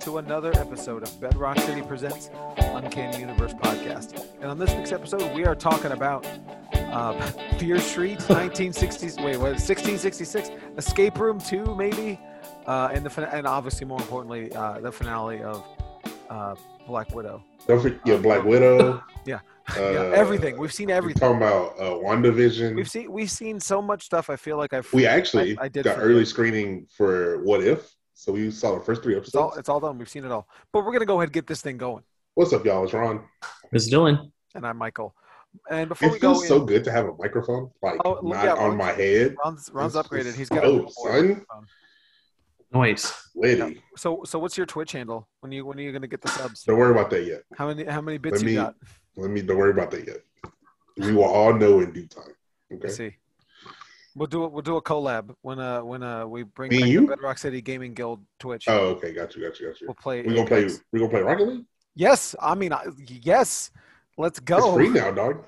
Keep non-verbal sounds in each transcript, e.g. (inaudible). to another episode of Bedrock City Presents Uncanny Universe Podcast. And on this week's episode, we are talking about uh, (laughs) Fear Street, 1960s, wait, what, 1666, Escape Room 2, maybe? Uh, and, the, fina- and obviously, more importantly, uh, the finale of uh, Black Widow. Don't forget yeah, Black Widow. (laughs) Yeah. Uh, Yeah, everything. We've seen We're everything. talking about uh, WandaVision. We've seen we've seen so much stuff. I feel like I've we actually I- I did got forget. early screening for What If, so we saw the first three it's all episodes. it's all done. We've seen it all. But we're gonna go ahead and get this thing going. What's up, y'all? It's Ron. Ms. Dylan. And I'm Michael. And before we It go feels in, so good to have a microphone like Oh, not yeah, on Ron's- my head. Ron's, Ron's It's- upgraded. it's He's got a dope, little more son. microphone. Noise. Lady, So so what's your Twitch handle? When you when are you gonna get the subs? don't worry about that yet. How many how many bits Let you me- got? Let me. Don't worry about that yet. We will all know in due time. Let's Okay. see. We'll do it. We'll do a collab when uh when uh we bring Me back and the you? Bedrock City Gaming Guild Twitch. Oh, okay. Got you. Got you. Got you. We'll play. We gonna play. Apex. We gonna play Rocket League. Yes, I mean I, yes. Let's go. It's free now, dog.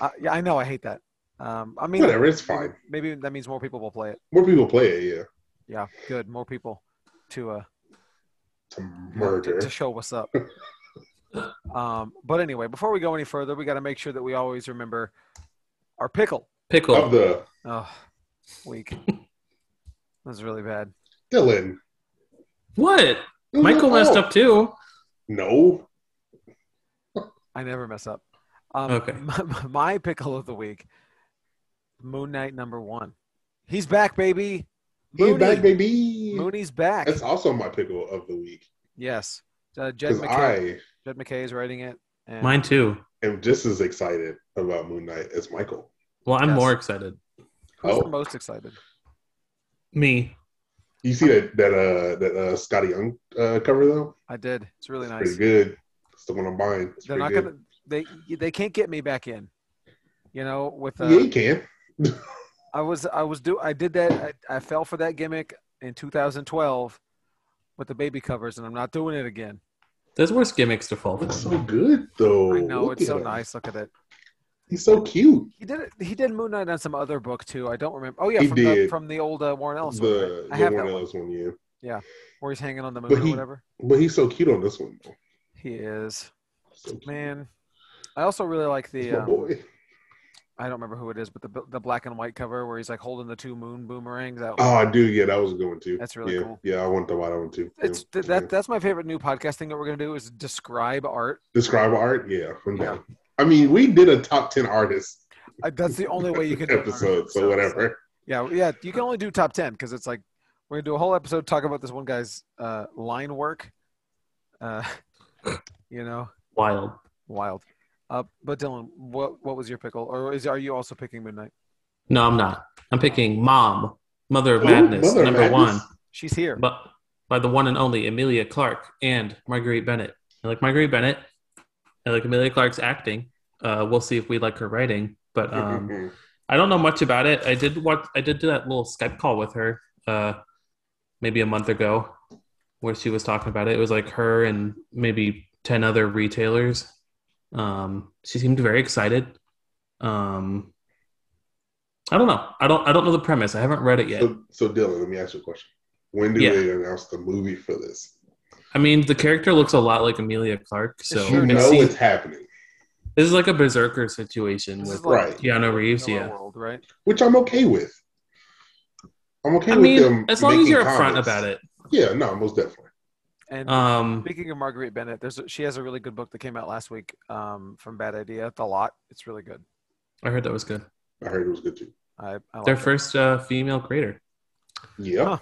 I, yeah, I know. I hate that. Um, I mean, Whatever. It's maybe- fine. Maybe, that means more people will play it. More people play it. Yeah. Yeah, good. More people to uh To to, murder. to show what's (laughs) up. um, but anyway, before we go any further, we got to make sure that we always remember our pickle Pickle. Of the oh, week. (laughs) That's really bad. Dylan. what? Michael messed Oh. up too. No. I never mess up. Um, (laughs) Okay. My, my pickle of the week, Moon Knight number one. He's back, baby. He's Mooney. back, baby. Mooney's back. That's also my pickle of the week. Yes. Uh, Jed Because McKay. I Jed McKay is writing it. And Mine too. am just as excited about Moon Knight as Michael. Well, I'm Yes. more excited. Who's the Oh. most excited? Me. You see that that uh that uh Scotty Young uh cover though? I did. It's really It's nice. Pretty good. It's the one I'm buying. It's They're pretty not good. gonna. They they can't get me back in. You know, with uh, yeah, you can. I was I was do I did that I, I fell for that gimmick in 2012 with the baby covers, and I'm not doing it again. There's worse gimmicks to fall Looks for. so good though. I know Oh, Look it's at so him. nice. Look at it. He's so cute. He did it. He did Moon Knight on some other book too. I don't remember. Oh yeah, He from the did. from the old uh, Warren Ellis. one, the right? I the have one that one else one, yeah. where he's hanging on the But moon or he- whatever. But he's so cute on this one though. He is So cute. man. I also really like He's the. my Um, boy. I don't remember who it is, but the the black and white cover where he's like holding the two moon boomerangs out. Oh, I do. Yeah, that was a good one too. That's really yeah. cool. Yeah, I want to buy that one too. it's yeah. th- that that's my favorite new podcast thing that we're gonna do is describe art. Describe art? Yeah, I'm Yeah. down. I mean, we did a top ten artists I, that's the only way you (laughs) can do art. episode, so, whatever. yeah, yeah, you can only do top ten because it's like we're gonna do a whole episode talk about this one guy's uh, line work. Uh, (laughs) you know, Wild. wild. Uh, but Dylan, what what was your pickle, or is are you also picking Midnight? No, I'm not. I'm picking Mom, Mother of Ooh, Madness, Mother of number (laughs) Madness. She's here. one, but by the one and only Amelia Clark and Marguerite Bennett. I like Marguerite Bennett. I like Amelia Clark's acting. Uh, we'll see if we like her writing, but Mm-hmm. um, I don't know much about it. I did watch. I did do that little Skype call with her, uh, maybe a month ago, where she was talking about it. It was like her and maybe ten other retailers. Um, she seemed very excited. Um, I don't know. I don't. I don't know the premise. I haven't read it yet. so, so Dylan, let me ask you a question. When do Yeah. they announce the movie for this? I mean, the character looks a lot like Amelia Clark, so Sure you it know seems- it's happening, this is like a berserker situation This with is like right. Keanu Reeves. Hello Yeah, World, right? which I'm okay with. I'm okay I with mean, them. as long as making you're upfront comments. about it. Yeah, no, most definitely. And Um, Speaking of Marguerite Bennett, there's a, she has a really good book that came out last week um, from Bad Idea. The Lot. It's really good. I heard that was good. I heard it was good too. I, I like Their it. first uh, female creator. Yeah, Huh.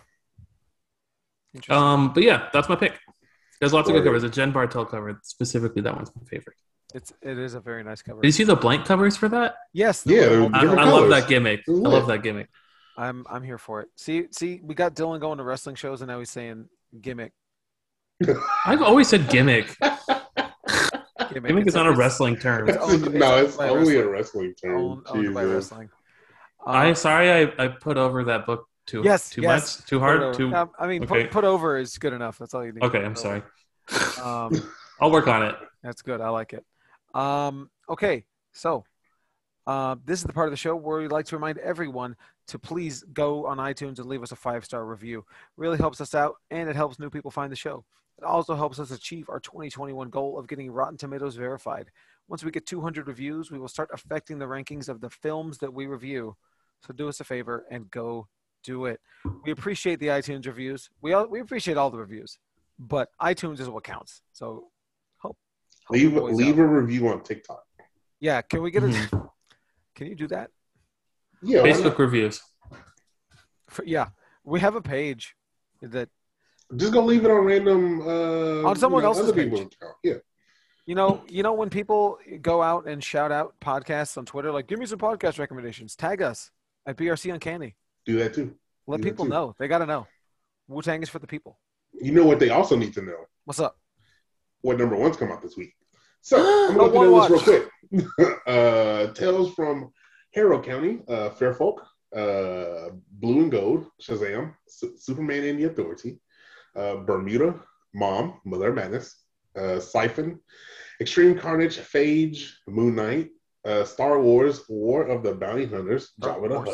Interesting. Um, but yeah, that's my pick. There's lots of good Word. covers. The Jen Bartel cover, specifically, that one's my favorite. it's it is a very nice cover. Did you see the blank covers for that? yes. Yeah, the- they're I, Different I love colors. that gimmick. I Lit. love that gimmick. I'm I'm here for it. See see we got Dylan going to wrestling shows and now he's saying (laughs) gimmick I've always (laughs) said gimmick. gimmick. Gimmick is It's- not a it's wrestling term. It's (laughs) owned- it's no, owned it's uh, by only a wrestling term. Owned, owned by Jesus. wrestling. Um, I sorry I, I put over that book too Yes, too yes. much too put hard over. too. Um, I mean, okay. put, put over is good enough. That's all you need. Okay, I'm Put sorry. over. Um, I'll work on it. That's good. I like it. Um, okay, so uh, this is the part of the show where we'd like to remind everyone to please go on iTunes and leave us a five star review. Really helps us out, and it helps new people find the show. It also helps us achieve our 2021 goal of getting Rotten Tomatoes verified. Once we get 200 reviews, we will start affecting the rankings of the films that we review. So do us a favor and go do it. We appreciate the iTunes reviews. We all, we appreciate all the reviews, but iTunes is what counts. So help, help Leave the boys leave out. a review on TikTok. Yeah, can we get Mm-hmm. a? can you do that? Yeah, why Facebook reviews. For, yeah, we have a page that not? just go leave it on random. Uh, On someone you know, else's other people's page. account. Yeah, You know, you know when people go out and shout out podcasts on Twitter, like give me some podcast recommendations. Tag us at BRC Uncanny. do that too. Let Yeah, people too. know. They gotta know. Wu Tang is for the people. You know what they also need to know? What's up? What number one's come out this week? So I'm Oh, gonna go one through this real quick. (laughs) uh, Tales from Harrow County, uh, Fair Folk, uh, Blue and Gold, Shazam, Su- Superman and the Authority, uh, Bermuda, Mom, Mother of Madness, uh, Siphon, Extreme Carnage, Phage, Moon Knight, uh, Star Wars, War of the Bounty Hunters, Star Jabba the Wars.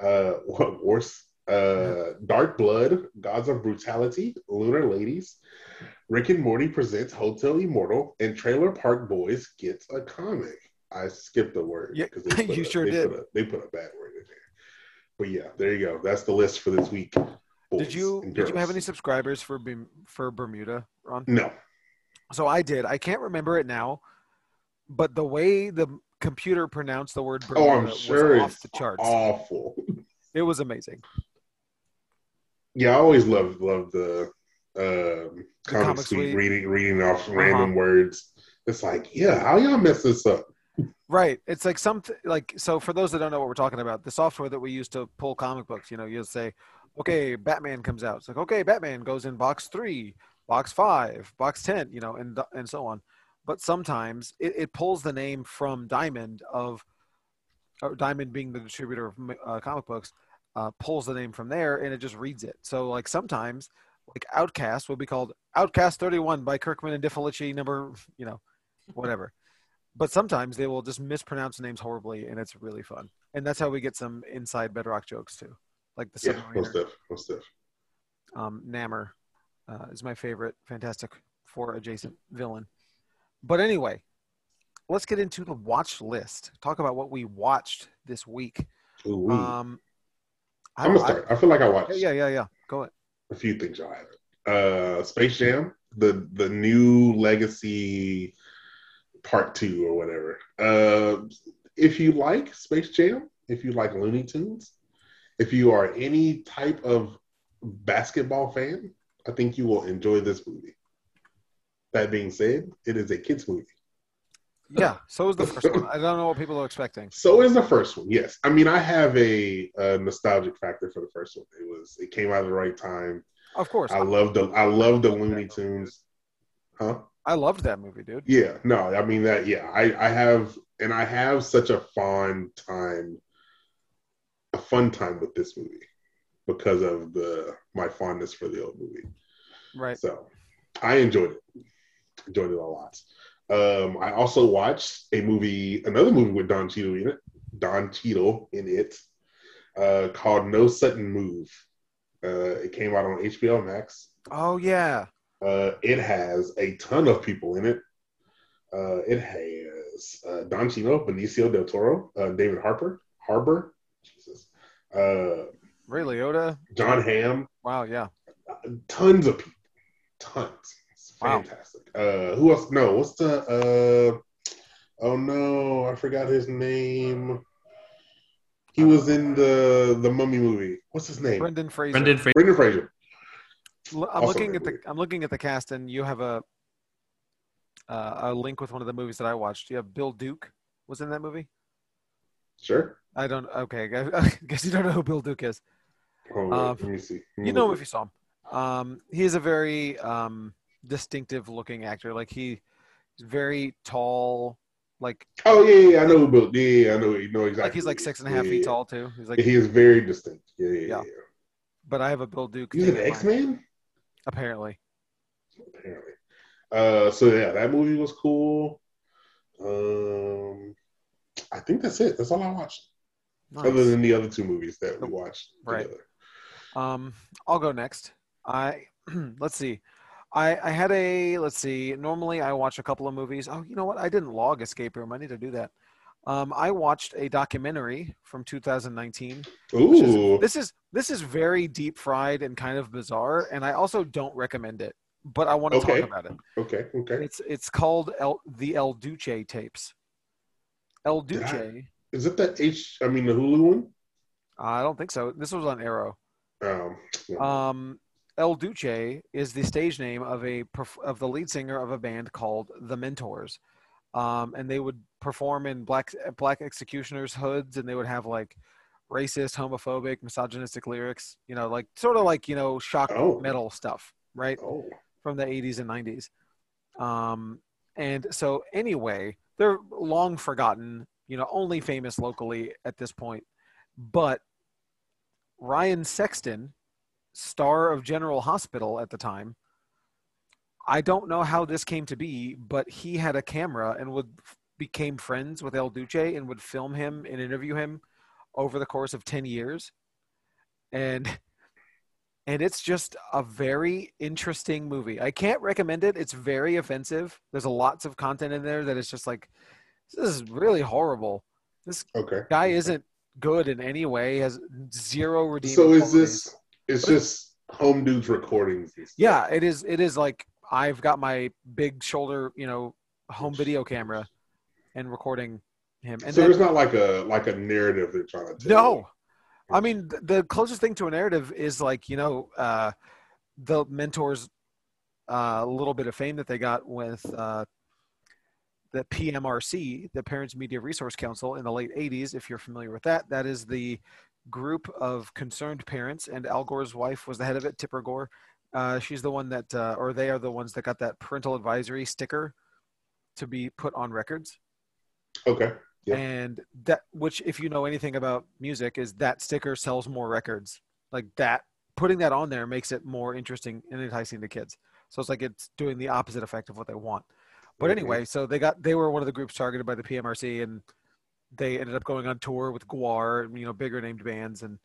Hutt, uh, (laughs) what worse, uh, Dark Blood, Gods of Brutality, Lunar Ladies, Rick and Morty presents Hotel Immortal, and Trailer Park Boys gets a comic. I skipped the word Yeah, (laughs) they put you a- sure they did. Put a, they put a bad word in there. But yeah, there you go. That's the list for this week. Did boys you and did you girls. have any subscribers for Berm- for Bermuda, Ron? No. So I did. I can't remember it now, but the way the computer pronounced the word Bermuda Oh, I'm was sure it's off the charts. awful. It was amazing. Yeah, I always love love the um, comic, comic suite, suite. Uh-huh. reading reading off random words. It's like, yeah, how y'all mess this up? Right. It's like something like so for those that don't know what we're talking about, the software that we use to pull comic books, you know, you'll say, Okay, Batman comes out. It's like, okay, Batman goes in box three, box five, box ten, you know, and and so on. But sometimes it, it pulls the name from Diamond of or Diamond being the distributor of uh, comic books, uh, pulls the name from there and it just reads it. So like sometimes like Outcast will be called Outcast 31 by Kirkman and DiFelici number, you know, whatever but sometimes they will just mispronounce names horribly and it's really fun and that's how we get some inside bedrock jokes too like the Yeah, submariner most stuff, most stuff. um, namor uh, is my favorite fantastic four adjacent villain but anyway let's get into the watch list talk about what we watched this week Ooh, um I- I'm gonna I- start. I feel like I watched yeah yeah yeah go ahead a few things y'all haven't. Uh, Space Jam, the the new Legacy Part Two or whatever. Uh, if you like Space Jam, if you like Looney Tunes, if you are any type of basketball fan, I think you will enjoy this movie. That being said, it is a kids movie. yeah so is the first one i don't know what people are expecting So is the first one. Yes, I mean I have a, a nostalgic factor for the first one. It was it came out at the right time. of course I i, love the I love the Looney Tunes. Huh? loved that movie dude Yeah, no, I mean that. Yeah, I, I have, and I have such a fond time, a fun time with this movie because of the my fondness for the old movie. right So I enjoyed it, enjoyed it a lot. Um, I also watched a movie, another movie with Don Cheadle in it, Don Cheadle in it, uh, called No Sudden Move. Uh, it came out on HBO Max. oh yeah Uh, it has a ton of people in it. Uh, it has uh, Don Chino, Benicio del Toro, uh, David Harper, Harper, Jesus, uh, ray liotta John Hamm, wow yeah tons of people, tons. It's Wow. fantastic. Uh, who else? No, what's the? Uh, oh no, I forgot his name. He was in the the Mummy movie. What's his name? brendan fraser Brendan Fraser. Brendan Fraser. L- I'm Also looking very at the weird. I'm looking at the cast, and you have a uh, a link with one of the movies that I watched. You have Bill Duke was in that movie. Sure. I don't. Okay, I, I guess (laughs) you don't know who Bill Duke is. Oh, wait, Um, let me see. Let me You know him look. if you saw him. Um, he is a very um, distinctive looking actor. Like he, he's very tall. Like Oh yeah, yeah, I know who built. Yeah, yeah, I know. You know exactly. like he's like six and a half Yeah, feet yeah. tall too. He's Yeah, like. he is very distinct. Yeah, yeah. Yeah. yeah. But I have a Bill Duke. He's thing an in mind, X Man, Apparently, apparently. Uh, so yeah, that movie was cool. Um, I think that's it. That's all I watched, other Nice. Oh, than the other two movies that we watched Right. together. Um, I'll go next. I (clears throat) let's see. I, I had a let's see. Normally, I watch a couple of movies. Oh, you know what? I didn't log Escape Room. I need to do that. Um, I watched a documentary from 2019. which is- Ooh. this is this is very deep fried and kind of bizarre, and I also don't recommend it. But I want to Okay. talk about it. Okay. Okay. It's it's called El, the El Duce tapes. El Did Duce. I- Is it the H? I mean the Hulu one. I don't think so. This was on Arrow. Um, Um, El Duce is the stage name of a perf- of the lead singer of a band called The Mentors, um, and they would perform in black black executioners hoods, and they would have like racist, homophobic, misogynistic lyrics. You know, like sort of like you know shock Oh. metal stuff, right? oh. from the 80s and 90s. Um, and so, anyway, they're long forgotten, you know, only famous locally at this point. But Ryan Sexton, star of General Hospital at the time, I don't know how this came to be, but he had a camera and would became friends with El Duce and would film him and interview him over the course of 10 years. And and it's just a very interesting movie. I can't recommend it. It's very offensive. There's a lots of content in there that is just like this is really horrible. This Okay. guy isn't good in any way. He has zero redeeming. So is qualities. this? It's just home dudes recordings. and stuff. Yeah, it is. It is like I've got my big shoulder, you know, home video camera, and recording him. And so then- there's not like a like a narrative they're trying to tell. no, I mean th- the closest thing to a narrative is like you know uh, the mentors uh, little bit of fame that they got with uh, the PMRC, the Parents Media Resource Council, in the late '80s. If you're familiar with that, that is the group of concerned parents, and Al Gore's wife was the head of it, Tipper Gore. Uh, she's the one that, uh, or they are the ones that got that parental advisory sticker to be put on records Okay. Yeah. and that which if you know anything about music is that sticker sells more records like that putting that on there makes it more interesting and enticing to kids so it's like it's doing the opposite effect of what they want but Mhm. anyway so they got they were one of the groups targeted by the pmrc and they ended up going on tour with guar and you know bigger named bands and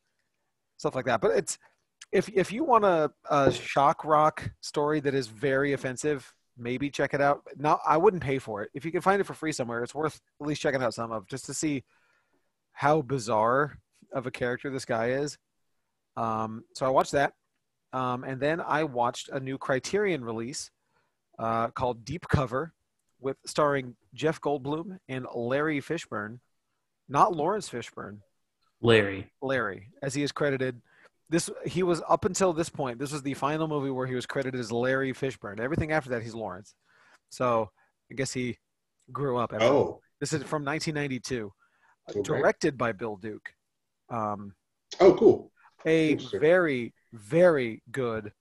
stuff like that but it's if if you want a, a shock rock story that is very offensive maybe check it out now i wouldn't pay for it if you can find it for free somewhere it's worth at least checking out some of just to see how bizarre of a character this guy is um, so i watched that um, and then i watched a new criterion release uh, called deep cover with starring jeff goldblum and larry fishburne not lawrence fishburne Larry. Larry, as he is credited. This he was up until this point. This was the final movie where he was credited as Larry Fishburne. Everything after that, he's Lawrence. So I guess he grew up. After Oh. this is from 1992, Okay. directed by Bill Duke. Um, Oh, cool. a Interesting. very very good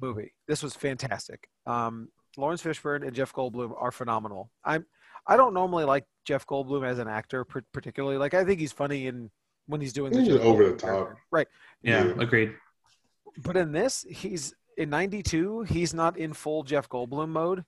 movie this was fantastic um lawrence fishburne and jeff goldblum are phenomenal i'm i don't normally like jeff goldblum as an actor par- particularly like i think he's funny in when he's doing the He's Jeff over the Goldblum top. character. right Yeah, Yeah. agreed. but in this he's in 92 he's not in full jeff goldblum mode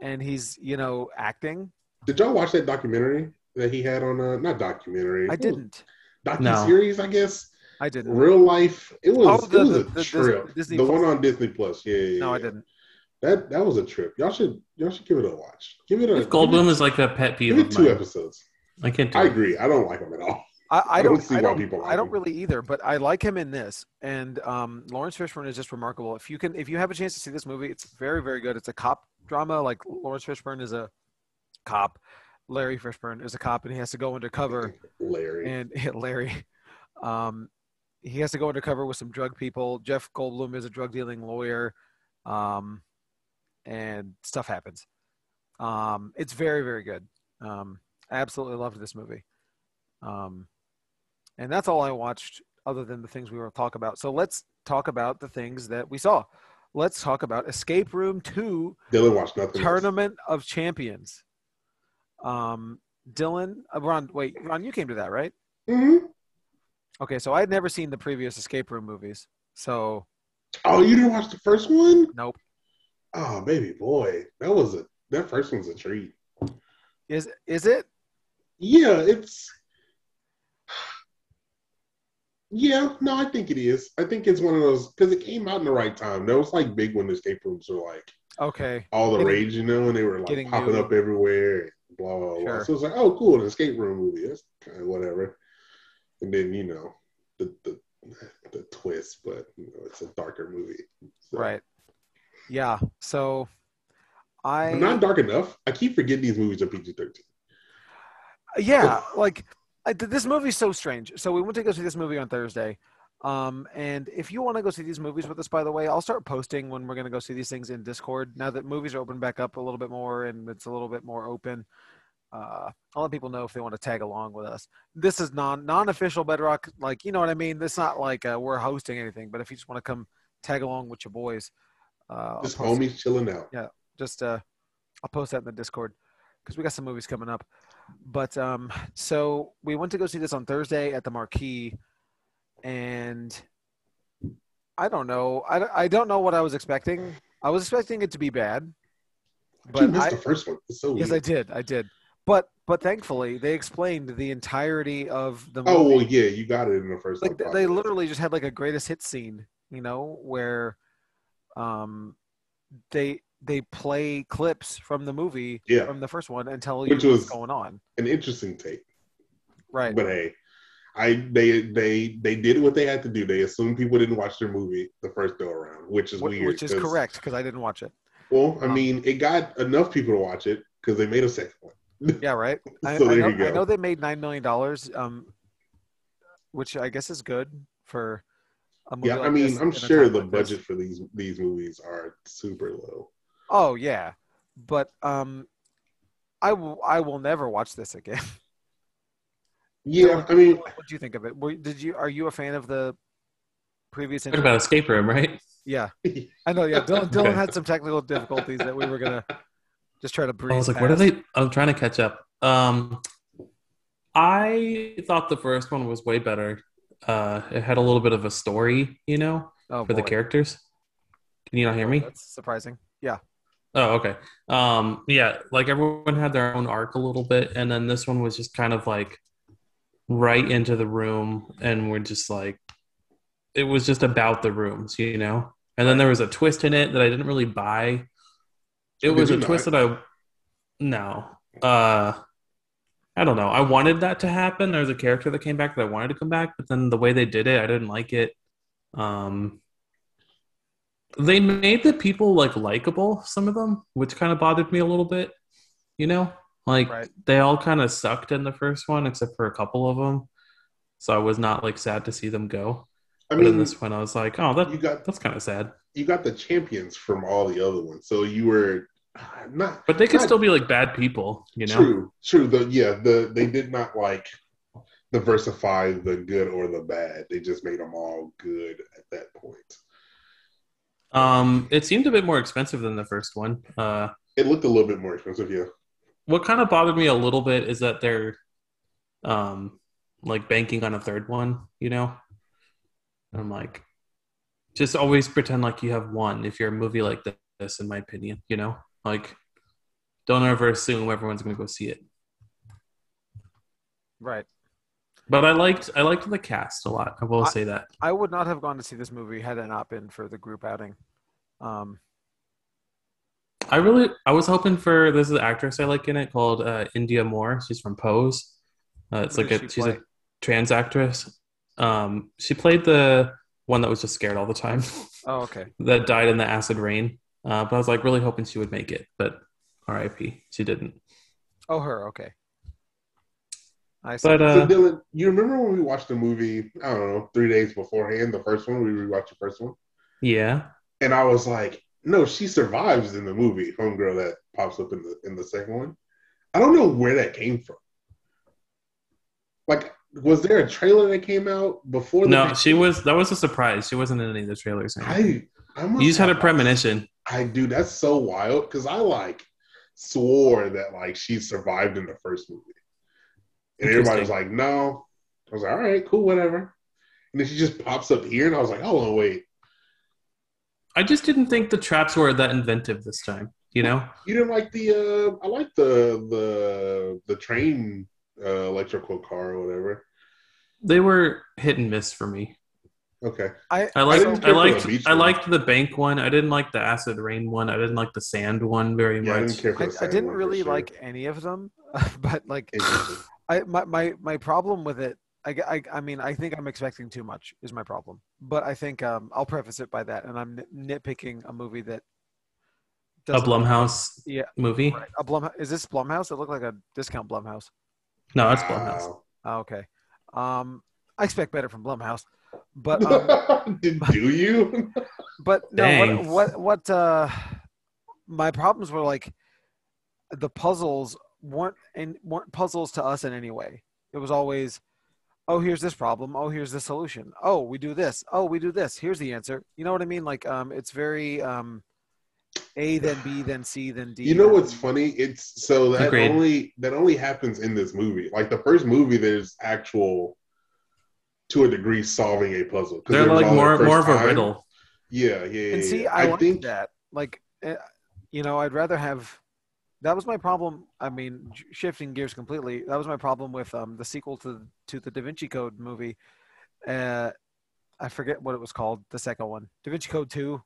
and he's you know acting Did y'all watch that documentary that he had on? Uh, not documentary. i didn't Docu series, I guess. i didn't Real life. It was. Oh, the- it was the- a the Dis- trip. Disney the Plus. one on Disney Plus. Yeah. yeah, no i yeah. didn't That that was a trip. Y'all should y'all should give it a watch. Give it a Jeff Goldblum Give is like a pet it, peeve give it of two mine. episodes. I can't do I it. agree. I don't like him at all. I, I I don't, don't see I why don't, people like I don't him. really either, but I like him in this. And um, Lawrence Fishburne is just remarkable. If you can, if you have a chance to see this movie, it's very, very good. It's a cop drama. Like Lawrence Fishburne is a cop. Larry Fishburne is a cop, and he has to go undercover. Larry. And (laughs) Larry, um, he has to go undercover with some drug people. Jeff Goldblum is a drug dealing lawyer, um, and stuff happens. Um, it's very, very good. Um, I absolutely loved this movie. Um, and that's all I watched other than the things we were talk about. So let's talk about the things that we saw. Let's talk about Escape Room 2 Dylan watched nothing. else. Tournament of Champions. Um, Dylan, uh, Ron, wait, Ron, you came to that, right? Mhm. Okay, so I had never seen the previous Escape Room movies. So, Oh, you didn't watch the first one? nope. Oh, baby boy, that was a that first one's a treat. Is is it? Yeah, it's Yeah, no, I think it is. I think it's one of those because it came out in the right time. That was like big when escape rooms were like Okay. all the Getting- rage, you know, and they were like getting popping new. up everywhere, and blah blah blah. Sure. So it's like, oh, cool, an escape room movie. That's kind of whatever. And then you know the the the twist, but you know, it's a darker movie, So- Right. Yeah. So But I not dark enough. I keep forgetting these movies are PG thirteen. yeah like I, th- this movie's so strange so we went to go see this movie on thursday um, and if you want to go see these movies with us by the way i'll start posting when we're going to go see these things in discord now that movies are open back up a little bit more and it's a little bit more open uh, i'll let people know if they want to tag along with us this is non non-official bedrock like you know what i mean it's not like uh, we're hosting anything but if you just want to come tag along with your boys uh, I'll Just post- homies chilling out. just uh i'll post that in the discord because we got some movies coming up but um so we went to go see this on thursday at the marquee and i don't know i, don't- I don't know what i was expecting i was expecting it to be bad But you but missed i the first one. It's so yes i weird. did i did but but thankfully they explained the entirety of the movie oh well, yeah, you got it in the first like one. th- they probably. literally just had like a greatest hit scene you know where um they they play clips from the movie Yeah. from the first one and tell Which you was- what's going on an interesting take. right But hey, I they they they did what they had to do. They assumed people didn't watch their movie the first go around, which is Wh- weird. which is 'cause- correct because i didn't (laughs) watch it Well, I Um, mean, it got enough people to watch it because they made a second one. yeah right I, So I, there know, you go. I know they made nine million dollars um which i guess is good for a movie Yeah, like I mean, this I'm in a sure time the like this. budget for these these movies are super low. oh yeah but um i will i will never watch this again Yeah, I mean, (laughs) what do you think of it? Were, did you are you a fan of the previous? Talking intro? about escape room, right? yeah, I know. Yeah, (laughs) Dylan, Okay. Dylan had some technical difficulties that we were gonna just try to breeze. I was like, what are past. they? I'm trying to catch up. Um, I thought the first one was way better. Uh, it had a little bit of a story, you know, Oh, for the boy. characters. Can you not hear me? That's surprising. Yeah, Oh, okay. Um, yeah, like everyone had their own arc a little bit, and then this one was just kind of like right into the room, and we're just like, it was just about the rooms, you know. And then there was a twist in it that I didn't really buy. It Did was you a twist not? that I no, uh, I don't know. I wanted that to happen. There was a character that came back that I wanted to come back, but then the way they did it, I didn't like it. Um, they made the people like likable some of them which kind of bothered me a little bit you know like Right. they all kind of sucked in the first one except for a couple of them so i was not like sad to see them go I but in mean, this one i was like oh you that got that's kind of sad you got the champions from all the other ones, so you were uh, not but they could Right. still be like bad people you know True, true. The yeah, the they did not like diversify the good or the bad. They just made them all good at that point. um it seemed a bit more expensive than the first one uh It looked a little bit more expensive, yeah. what kind of bothered me a little bit is that they're um like banking on a third one you know And i'm like just always pretend like you have one if you're a movie like this in my opinion you know like don't ever assume everyone's gonna go see it right. but i liked i liked the cast a lot i will I- say that I would not have gone to see this movie had it not been for the group outing. Um, i really i was hoping for there's an actress i like in it called uh, india moore she's from pose uh, it's What does like a, she she's a play? trans actress um she played the one that was just scared all the time (laughs) oh, okay. that died in the acid rain. Uh, but I was like really hoping she would make it, but R.I.P. She didn't. Oh, her. Okay. I see. But so uh, Dylan, you remember when we watched the movie? I don't know, three days beforehand, the first one. We rewatched the first one, yeah, and I was like, "No, she survives in the movie." Homegirl that pops up in the in the second one. I don't know where that came from. Like, was there a trailer that came out before? The no, she was. That was a surprise. She wasn't in any of the trailers. I, I must you just had a have- premonition. I do. That's so wild because I like swore that like she survived in the first movie, and everybody was like, "No." I was like, "All right, cool, whatever." And then she just pops up here, and I was like, "Oh, wait, I just didn't think the traps were that inventive this time. You know, you didn't like the? Uh, I like the the the train uh, electrical car or whatever." they were hit and miss for me. Okay. I I didn't liked I care for the liked beach I one. liked the bank one. I didn't like the acid rain one. I didn't like the sand one very Yeah, I didn't much. care for I, the I second didn't one for really sure. like any of them, (laughs) but like Interesting. I my, my my problem with it, I, g- I- I mean, I think I'm expecting too much is my problem. But I think um, I'll preface it by that, and I'm nit- nitpicking a movie that A doesn't- Blumhouse Yeah, movie? right. A Blum is this Blumhouse? It looked like a discount Blumhouse. No, it's Blumhouse. Wow. Oh, okay, um, I expect better from Blumhouse, but (laughs) um, Did- do you? but no, Dang. what what, what uh, my problems were like the puzzles weren't and weren't puzzles to us in any way. It was always, oh, here's this problem. Oh, here's the solution. Oh, we do this. Oh, we do this. Here's the answer. You know what I mean? Like, um, it's very um, A then B then C then D. You know then- what's funny? It's so that Agreed. only that only happens in this movie. Like the first movie, there's actual to a degree solving a puzzle. 'Cause They're it was like all more the more of first a time. riddle. Yeah, yeah. yeah, And see, yeah. I, like that. Like, eh, you know, I'd rather have. That was my problem. I mean, sh- shifting gears completely. That was my problem with um, the sequel to to the Da Vinci Code movie. Uh, I forget what it was called. The second one, Da Vinci Code Two,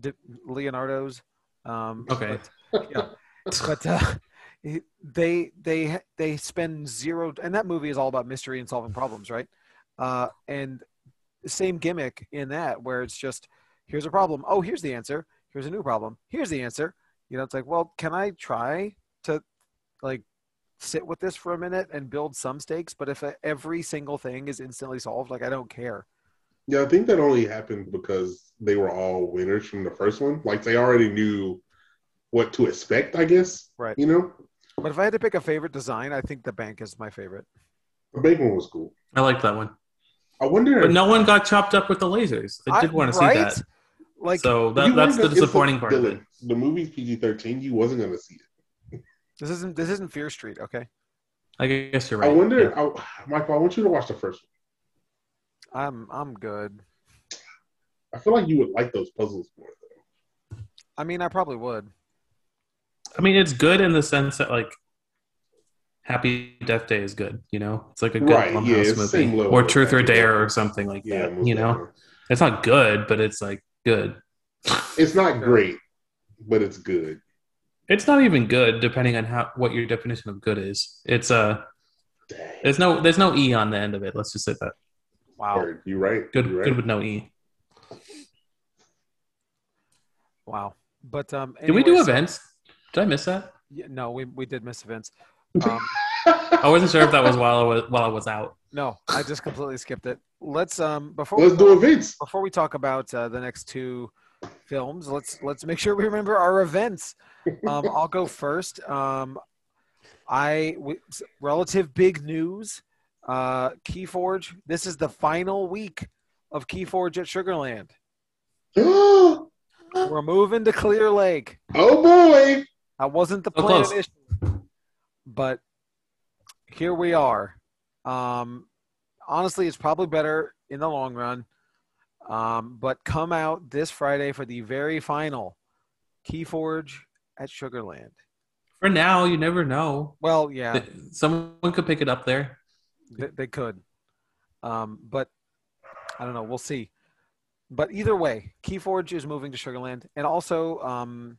Di- Leonardo's. Um, Okay. but uh, it- they they they spend zero and that movie is all about mystery and solving problems right uh, and same gimmick in that where it's just here's a problem oh here's the answer here's a new problem here's the answer you know it's like well can i try to like sit with this for a minute and build some stakes but if uh, every single thing is instantly solved like i don't care Yeah, I think that only happened because they were all winners from the first one. Like they already knew what to expect, I guess. Right. You know, but if i had to pick a favorite design i think the bank is my favorite the big one was cool. I like that one. I wonder. But no one got chopped up with the lasers. I did want to see right? that. like so you that, weren't that's the gonna- it's disappointing part of Dylan, it. The movie's PG thirteen. You wasn't going to see it. this isn't this isn't fear street okay I guess you're right. I Yeah. wonder, I, Michael. I want you to watch the first i'm i'm good one. I feel like you would like those puzzles more. I mean, I probably would. I mean, it's good in the sense that like Happy Death Day is good. You know, it's like a good Right, yeah, Blumhouse it's same movie, level or of Truth or Happy Death Dare Day. or something like Yeah, that. most You know, definitely. it's not good, but it's like good. it's not great, but it's good. It's not even good, depending on how what your definition of good is. It's uh, Dang. there's no there's no e on the end of it. Let's just say that Wow. Word. You right? good You right? good with no e. Wow. But um Did we do anyways, events? Did I miss that? yeah, no, we we did miss (laughs) events. Um, I wasn't sure if that was while I was while I was out. no, I just completely skipped it. Let's um before Let's we, do events. before we talk about uh, the next two films, let's let's make sure we remember our events. Um, I'll go first. Um, I w- s- relative big news. Uh, KeyForge. This is the final week of KeyForge at Sugarland. (gasps) oh We're moving to Clear Lake. boy! That wasn't the So plan close. initially, but here we are. Um, honestly, it's probably better in the long run. Um, but come out this Friday for the very final Keyforge at Sugarland. For now, you never know. Well, yeah, Th- Someone could pick it up there. they, they could, um, but I don't know. We'll see. But either way, Keyforge is moving to Sugarland, and also um,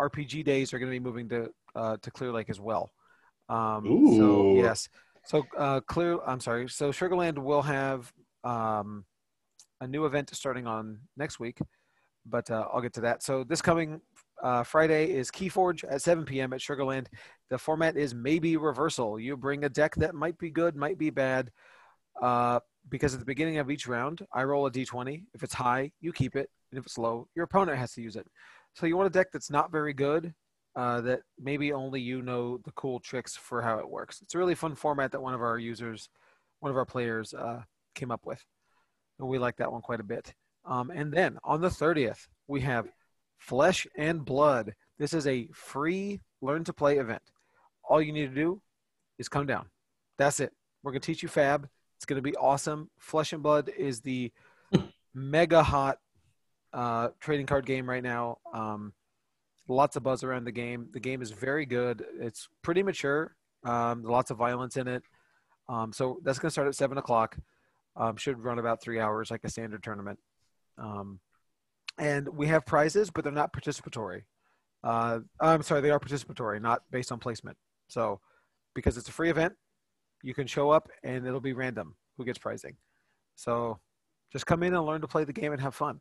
RPG days are going to be moving to uh, to Clear Lake as well. Um, So Ooh. yes, so uh, Clear. I'm sorry. So Sugarland will have um, a new event starting on next week, but uh, I'll get to that. So this coming uh, Friday is Keyforge at 7 p.m. at Sugarland. The format is maybe reversal. You bring a deck that might be good, might be bad. Uh, because at the beginning of each round, I roll a d20. If it's high, you keep it, and if it's low, your opponent has to use it. So you want a deck that's not very good, uh, that maybe only you know the cool tricks for how it works. It's a really fun format that one of our users, one of our players, uh, came up with, and we like that one quite a bit. Um, and then on the 30th, we have Flesh and Blood. This is a free learn to play event. All you need to do is come down. That's it. We're gonna teach you Fab. It's going to be awesome. Flesh and Blood is the mega hot uh, trading card game right now. Um, lots of buzz around the game. The game is very good. It's pretty mature. Um, lots of violence in it. Um, so that's going to start at seven o'clock. Um, should run about three hours, like a standard tournament. Um, and we have prizes, but they're not participatory. Uh, I'm sorry, they are participatory, not based on placement. So because it's a free event, you can show up and it'll be random who gets prizing. So just come in and learn to play the game and have fun.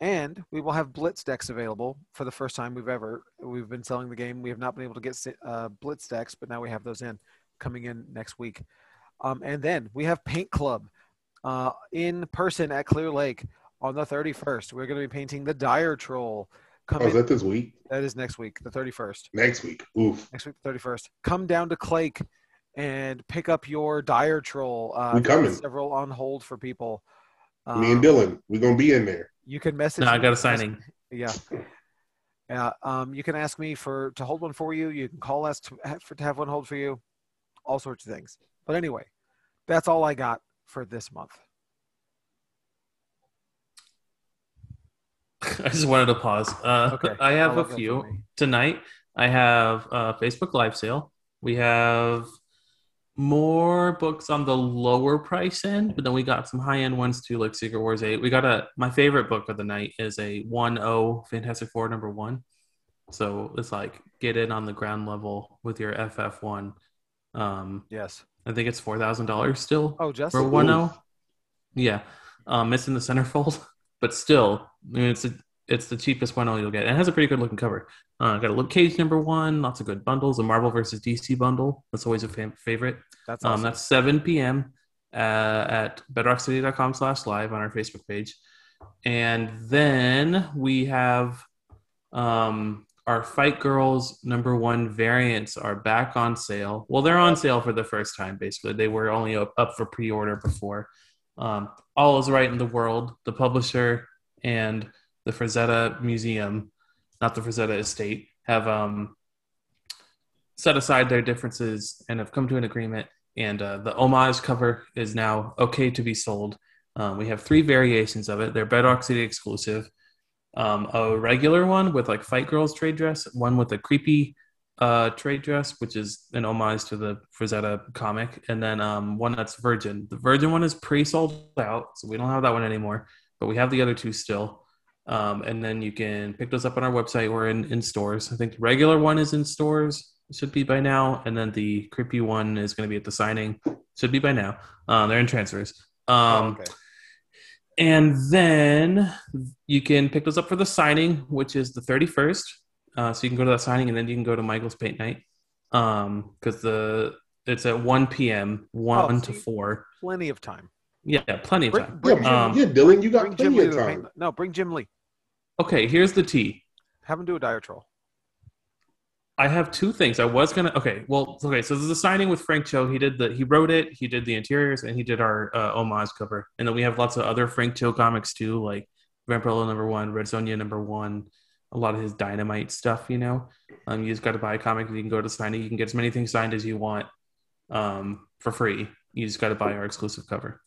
And we will have blitz decks available for the first time we've ever we've been selling the game. We have not been able to get uh, blitz decks, but now we have those in coming in next week. Um, and then we have Paint Club uh, in person at Clear Lake on the 31st. We're going to be painting the Dire Troll. Come Oh, is in- that this week? that is next week, the 31st Next week. Oof. next week, the thirty first. Come down to Clake and pick up your dire troll. Uh, We we've got coming. Several on hold for people. Me and Um, Dylan, we're gonna be in there. You can message. No, I me. got a signing. Yeah. Yeah. Um, you can ask me for to hold one for you. You can call us to have, for, to have one hold for you. All sorts of things. But anyway, that's all I got for this month. (laughs) I just wanted to pause. Uh, Okay, I I have a love that for few me. tonight. I have a Facebook live sale. We have more books on the lower price end, but then we got some high end ones too, like Secret Wars Eight. We got a my favorite book of the night is a one O Fantastic Four number one. So it's like get in on the ground level with your FF one. Um, Yes. I think it's four thousand dollars still Oh, for Justin. Ooh. one zero. Yeah, um, it's in the centerfold, (laughs) but still, I mean, it's a, it's the cheapest one zero you'll get. And it has a pretty good looking cover. Uh, got a Luke Cage number one, lots of good bundles. A Marvel versus DC bundle that's always a fam- favorite. That's Um, awesome. that's 7 p.m. Uh, at bedrockcity.com slash live on our Facebook page. And then we have um, our Fight Girls number one variants are back on sale. Well, they're on sale for the first time, basically. They were only up, up for pre order before. Um, All is Right in the World, the publisher, and the Frazetta Museum, not the Frazetta Estate, have um, set aside their differences and have come to an agreement. And uh, the homage cover is now okay to be sold. Um, we have three variations of it. They're Bedrock City exclusive. Um, a regular one with like Fight Girls trade dress, one with a creepy uh, trade dress, which is an homage to the Frazetta comic, and then um, one that's Virgin. The Virgin one is pre sold out, so we don't have that one anymore, but we have the other two still. Um, and then you can pick those up on our website or in, in stores. I think the regular one is in stores, should be by now. And then the creepy one is going to be at the signing, should be by now. Uh, they're in transfers. Oh, Um, okay. And then you can pick those up for the signing, which is the 31st. Uh, so you can go to that signing and then you can go to Michael's Paint Night because the it's at 1 p.m., 1 Oh, to see. 4. Plenty of time. Yeah, plenty of Bring, time. Yeah, bring, um, yeah, Dylan, you got bring Jim Lee plenty to of the paint. time. No, bring Jim Lee. Okay, here's the tea. Have him do a dire troll. I have two things. I was gonna. Okay, well, okay. So there's a signing with Frank Cho. He did the. He wrote it. He did the interiors, and he did our uh, homage cover. And then we have lots of other Frank Cho comics too, like Vampirella number one, Red Sonja number one, a lot of his Dynamite stuff. You know, um, you just got to buy a comic. and You can go to signing. You can get as many things signed as you want, um, for free. You just got to buy our exclusive cover.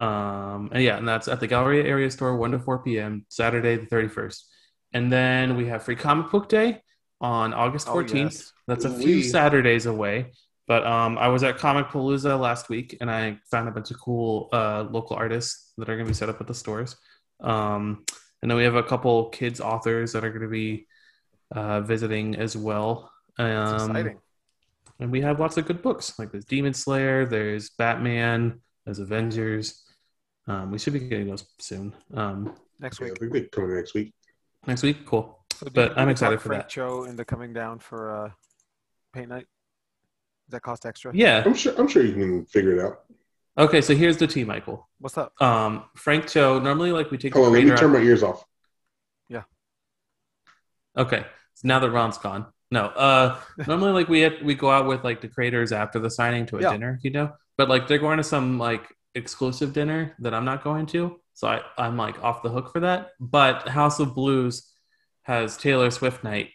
Um, and yeah, and that's at the Galleria Area Store, one to four p.m. Saturday the thirty-first. And then we have free comic book day on August Oh, fourteenth. yes. That's a Ooh-wee. few Saturdays away. But um, I was at Comic Palooza last week and I found a bunch of cool uh, local artists that are going to be set up at the stores. Um, and then we have a couple kids authors that are going to be uh, visiting as well. It's Um, exciting. and we have lots of good books like there's demon slayer there's batman there's avengers um, we should be getting those soon um, Next Yeah, week. I think they're coming next week. next week cool So do you But think we I'm could excited talk for Frank that. Cho into coming down for uh, paint night. Does that cost extra? yeah I'm sure. I'm sure you can figure it out. okay so here's the tea michael What's up? um, frank cho normally like we take the Hold on, Oh, let me creator turn out- my ears off. okay so now that ron's gone no (laughs) uh normally like we have, we go out with like the creators after the signing to a Yeah. dinner you know but like they're going to some like exclusive dinner that i'm not going to so I, i'm like off the hook for that but house of blues has taylor swift night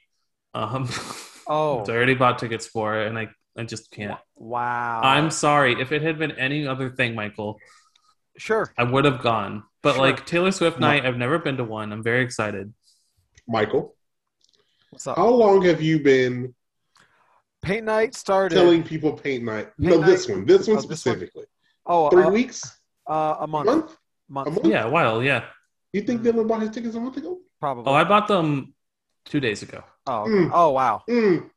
um (laughs) Oh, which I already bought tickets for, and I, I just can't. wow. I'm sorry. If it had been any other thing, Michael, sure. I would have gone. But Sure. like Taylor Swift No. night, I've never been to one. I'm very excited. Michael, What's up? how long have you been Paint night started. Telling people paint night. Paint no, night- this one. This one Oh, this one? specifically. oh, Three uh, weeks? uh, a A month. month? Month, a month? Yeah, a while. Yeah. You Mm-hmm. think Dylan bought his tickets a month ago? probably. Oh, I bought them two days ago. oh, okay. Mm. oh, wow. (laughs) Mm,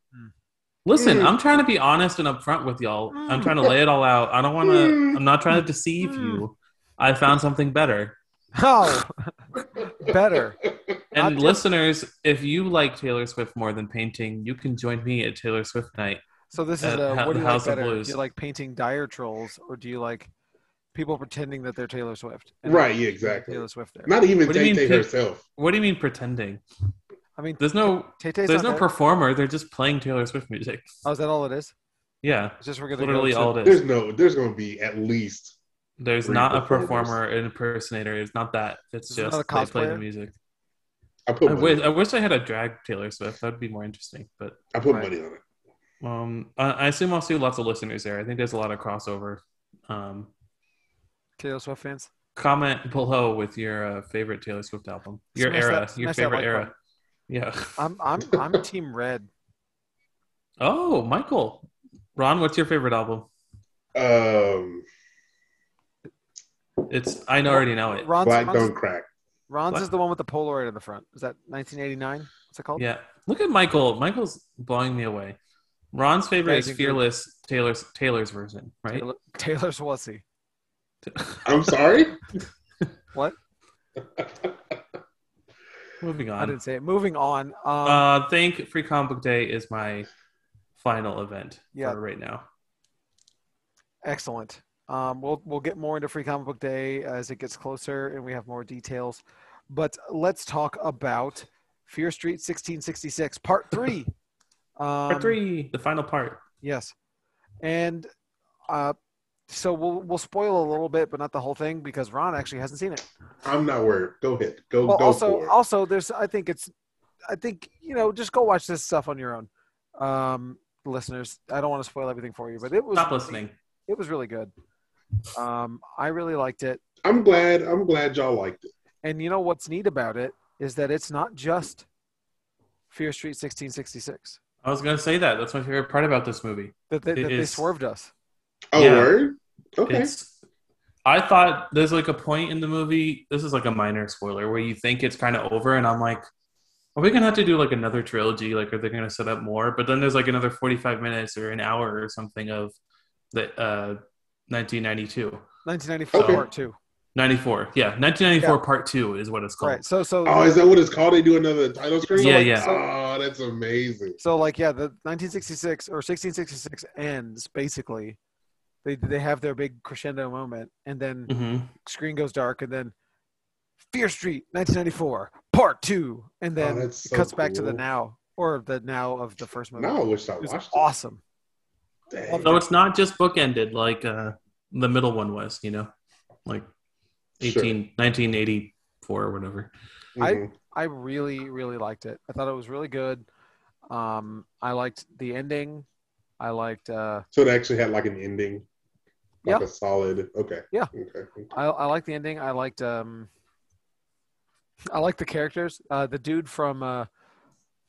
Listen, Mm. I'm trying to be honest and upfront with y'all. I'm Mm. trying to lay it all out. I don't want to. Mm. I'm not trying to deceive Mm. you. I found something better. Oh, (laughs) better. And Not just- listeners, if you like Taylor Swift more than painting, you can join me at Taylor Swift night. So this is Uh, a, Ho- what do you House like of better? Blues. Do you like painting dire trolls, or do you like people pretending that they're Taylor Swift? Right, yeah, exactly. Taylor Swift there. Not even What do you Tay mean Tay pick- herself. What do you mean pretending? I mean, There's no Tay Tay's there's not no there. performer. They're just playing Taylor Swift music. Oh, is that all it is? Yeah, It's just we're gonna go literally to- all it is. There's no. There's going to be at least. There's three not a performers. performer, an impersonator. It's not that. It's Is it not a just they play the cosplayer? Oh, music. I put I money. wish I wish I had a drag Taylor Swift. That'd be more interesting. But I put Right. money on it. um, I, I assume I'll see lots of listeners there. I think there's a lot of crossover. Um, Taylor Swift fans. comment (laughs) below with your uh, favorite Taylor Swift album, your Smash era, that- smash your that favorite like era. button. Yeah. I'm I'm I'm Team Red. Oh, Michael, Ron, what's your favorite album? Um, It's I already know it. Ron's, Black Ron's, Don't Crack. Ron's Black- is the one with the Polaroid in the front. Is that 1989? What's it called? Yeah, look at Michael. Michael's blowing me away. Ron's favorite is Amazing group. Fearless Taylor's Taylor's version, right? Taylor, Taylor Swassy. I'm sorry. What? Moving I on. didn't say it. Moving on. Um, Um, Uh, think Free Comic Book Day is my final event Yeah. for right now. Excellent. Um, we'll we'll get more into Free Comic Book Day as it gets closer and we have more details. But let's talk about Fear Street 1666 (laughs) Part Three. Um, Part three, the final part. Yes, and uh, so we'll we'll spoil a little bit, but not the whole thing because Ron actually hasn't seen it. I'm not worried. Go ahead. Go. Well, go also for it. also there's I think it's I think you know just go watch this stuff on your own, um, listeners. I don't want to spoil everything for you, but it was Stop listening. it was really good. Um, I really liked it. I'm glad. I'm glad y'all liked it. And you know what's neat about it is that it's not just Fear Street 1666 I was gonna say that. That's my favorite part about this movie. that they, It that they is. swerved us. Oh, Yeah. word. Okay. It's. I thought there's like a point in the movie. This is like a minor spoiler where you think it's kind of over, and I'm like, are we gonna have to do like another trilogy? Like, are they gonna set up more? But then there's like another 45 minutes or an hour or something of the uh, 1992, 1994 Okay. Part Two. 94. Yeah, 1994 Part Two is what it's called. Right. So so Oh, is that what it's called? They do another title screen. Yeah, yeah. Oh, that's amazing. so like yeah, the 1966 or 1666 ends basically. They they have their big crescendo moment, and then hmm screen goes dark, and then Fear Street 1994 Part Two, and Oh, then that's so cuts back to the cool. now or the now of the first movie. Now I wish I it watched. was it. awesome. Dang. So it's not just bookended like uh, the middle one was. You know, like 18, Sure. 1984 or whatever. I- Mhm. I really, really liked it. I thought it was really good. Um, I liked the ending. I liked. Uh, So it actually had like an ending. Like Yeah. a solid. Okay. Yeah. Okay. I, I liked the ending. I liked. Um, I liked the characters. Uh, the dude from. Uh,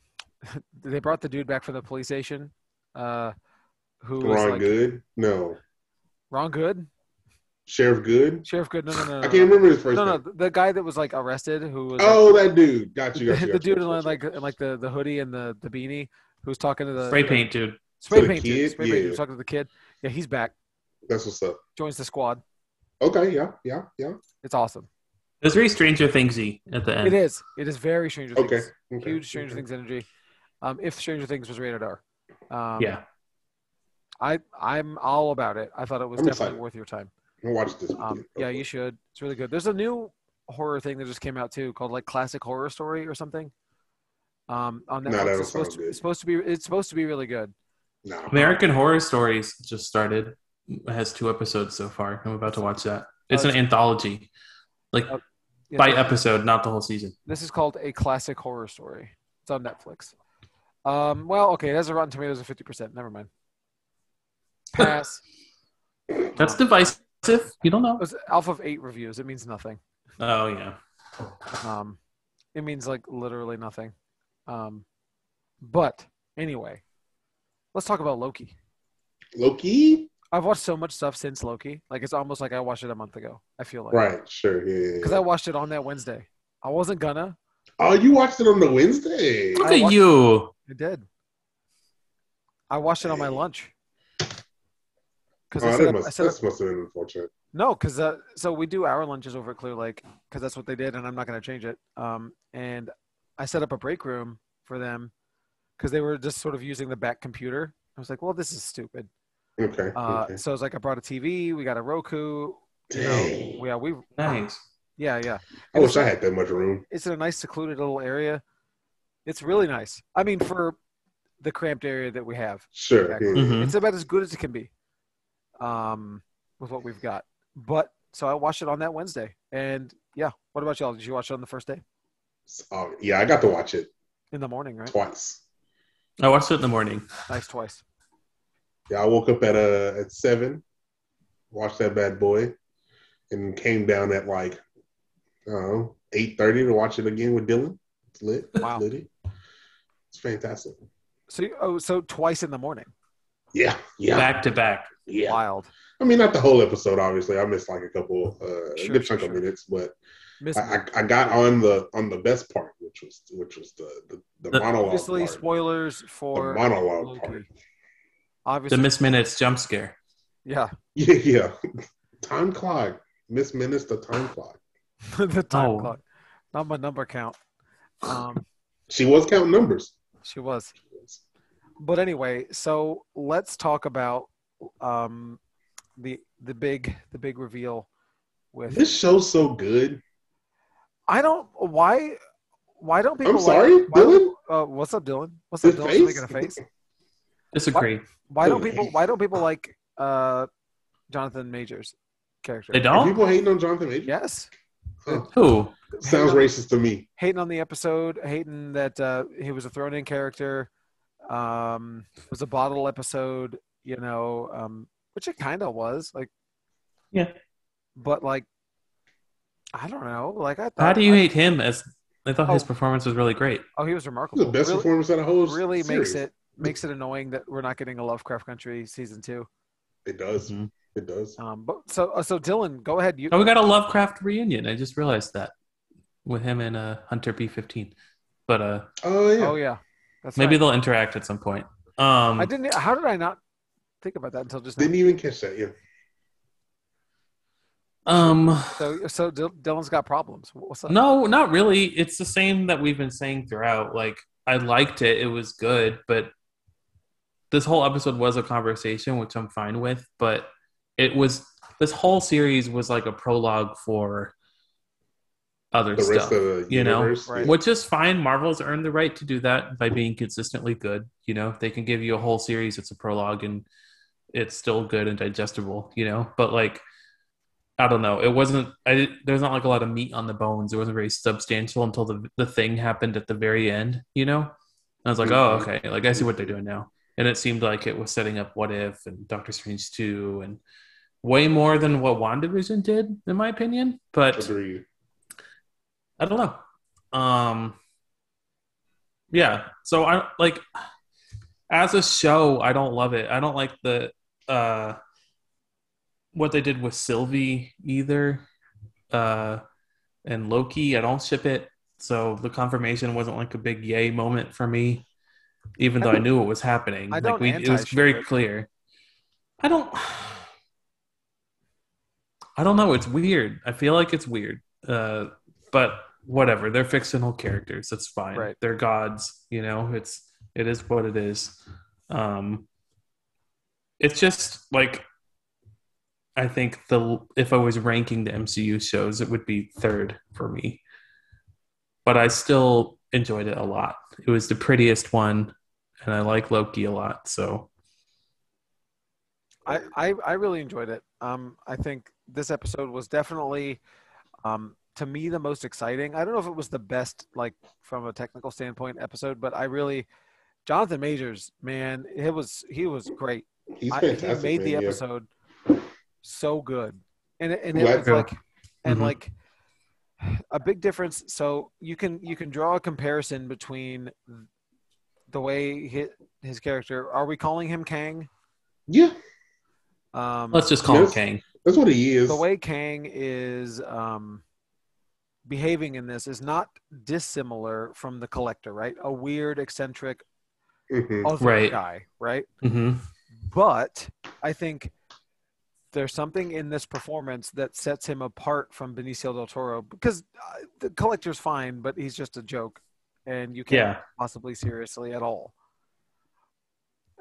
(laughs) they brought the dude back from the police station. Uh, who was Ron like Good? No. Ron Good, Sheriff Good? Sheriff Good. No, no, no. no, I can't remember his first Uh, No, no, name. the guy that was like arrested, who was Oh, that dude. Got (laughs) you. like, Got you. the got you, dude in got you. like in, like the, the hoodie and the, the beanie, who's talking to the Spray paint, dude. spray the paint dude, kid? spray paint dude Yeah. was talking to the kid. Yeah, he's back. That's what's up. joins the squad. Okay. Yeah. Yeah. Yeah. It's awesome. It's very Stranger Thingsy at the end. It is. It is very Stranger Things. Okay. okay. Huge Stranger Things energy. Um, if Stranger Things was rated R. Um, Yeah. I I'm all about it. I thought it was I'm definitely excited. worth your time. I watched this. Um, weekend. yeah, you should. It's really good. There's a new horror thing that just came out too, called like Classic Horror Story or something. Um, on No, Netflix. that'll it's supposed sound to, good. it's supposed to be. It's supposed to be really good. Nah. American Horror Stories just started. It has two episodes so far. I'm about to watch that. It's an anthology, like Oh, Yeah. by episode, not the whole season. This is called a Classic Horror Story. It's on Netflix. Um, well, okay, it has a Rotten Tomatoes of fifty percent. Never mind. (laughs) Pass. That's divisive. You don't know. It was alpha of eight reviews. It means nothing. Oh yeah. Um, it means like literally nothing. Um, but anyway, Let's talk about Loki. Loki. I've watched so much stuff since Loki. Like it's almost like I watched it a month ago. I feel like Right. Sure. Yeah. yeah, because yeah. I watched it on that Wednesday. I wasn't gonna. oh, you watched it on the Wednesday. Oh, Look I at watched- you. I did. I watched it on my Dang. lunch. Because Oh, I that set up, I must, set up, that must have been unfortunate. no, because uh, so we do our lunches over at Clear Lake because that's what they did, and I'm not gonna change it. Um, and I set up a break room for them because they were just sort of using the back computer. I was like, well, this is stupid. Okay. Uh, okay. So it's like I brought a TV. We got a Roku. You know, Dang. yeah, we Nice. yeah yeah. I wish I had that much room. It's in a nice secluded little area. It's really nice. I mean, for the cramped area that we have, Sure. Exactly. yeah, Mhm. it's about as good as it can be um, with what we've got. But so I watched it on that Wednesday, and yeah. What about y'all? Did you watch it on the first day Oh, yeah, I got to watch it in the morning? Right, twice. I watched it in the morning. nice twice. Yeah, I woke up at uh at seven, watched that bad boy, and came down at like I don't know eight thirty to watch it again with Dylan. It's lit. Wow. It's litty. It's fantastic. So you- oh, so twice in the morning. Yeah, yeah, Back to back. yeah. Wild. I mean, not the whole episode, obviously. I missed like a couple, uh, Sure, a good sure, chunk sure. of minutes, but Miss I, I, I got on the on the best part, which was which was the the, the The- monologue obviously part. spoilers the for monologue part. (laughs) Loki. The Obviously, Miss Minutes jump scare. yeah. (laughs) Yeah, yeah. Time clock. Miss Minutes the time clock. the time Oh. clock, not my number count. Um, She was counting numbers. she was. But anyway, so let's talk about um, the the big the big reveal with This show's so good. I don't why why don't people I'm sorry, like, why Dylan? don't- uh, what's up Dylan? What's up His Dylan face? making a face? Disagree. Why don't Dylan. people why don't people like uh, Jonathan Majors character? They Are don't? people hating on Jonathan Major? Yes. Who? Sounds Hating on- racist to me. Hating on the episode, hating that uh, he was a thrown in character. Um, it was a bottle episode, you know, um, which it kind of was like Yeah. but like I don't know. Like I thought How do you I- hate him as I thought his Oh. performance was really great. Oh, he was He's the remarkable. best really performance out of whole really series. makes it makes it annoying that we're not getting a Lovecraft Country season two. It does. Mm-hmm. It does. Um, but so uh, so Dylan, go ahead. You Oh, we got a Lovecraft reunion. I just realized that. With him and uh, Hunter B fifteen. But uh Oh yeah. oh yeah, that's maybe right. they'll interact at some point. Um I didn't. How did I not think about that until just now? Didn't even catch that. Yeah. um So so Dil- Dylan's got problems. What's up? No, not really. It's the same that we've been saying throughout. Like, I liked it. It was good, but this whole episode was a conversation, which I'm fine with. But it was this whole series was like a prologue for other The rest of stuff, the you know, universe. right. which is fine. Marvel's earned the right to do that by being consistently good. You know, they can give you a whole series. It's a prologue and it's still good and digestible, you know, but like, I don't know. It wasn't. I there's not like a lot of meat on the bones. It wasn't very substantial until the the thing happened at the very end. You know, And I was like, oh Mhm. okay, like I see what they're doing now. And it seemed like it was setting up What If and Doctor Strange two and way more than what Wandavision did, in my opinion. But Agreed. I don't know. Um, yeah. So I like as a show, I don't love it. I don't like the uh, what they did with Sylvie either, uh, and Loki. I don't ship it. So the confirmation wasn't like a big yay moment for me, I even though I, don't- knew it was happening. I like don't we, it was anti-ship very it. clear. I don't. I don't know. It's weird. I feel like it's weird. Uh, but whatever. They're fictional characters. That's fine. Right. They're gods. You know. It's it is what it is. Um, it's just like I think the if I was ranking the MCU shows, it would be third for me. But I still enjoyed it a lot. It was the prettiest one, and I like Loki a lot. So I, I I really enjoyed it. Um, I think this episode was definitely, um, to me the most exciting. I don't know if it was the best, like from a technical standpoint, episode, but I really, Jonathan Majors, man, it was he was great. He's I, fantastic. he made man, the yeah. episode so good, and it, and it Let was go. like, and Mhm. Mm-hmm. like, a big difference. So you can you can draw a comparison between the way his, his character. Are we calling him Kang? Yeah, Um, Let's just call Yes. him Kang. that's what he is. the way Kang is um, behaving in this is not dissimilar from the Collector, right? A weird, eccentric, Mhm. other Right. guy, right? hmm But I think there's something in this performance that sets him apart from Benicio del Toro because uh, the Collector's fine, but he's just a joke, and you can't Yeah. possibly seriously at all.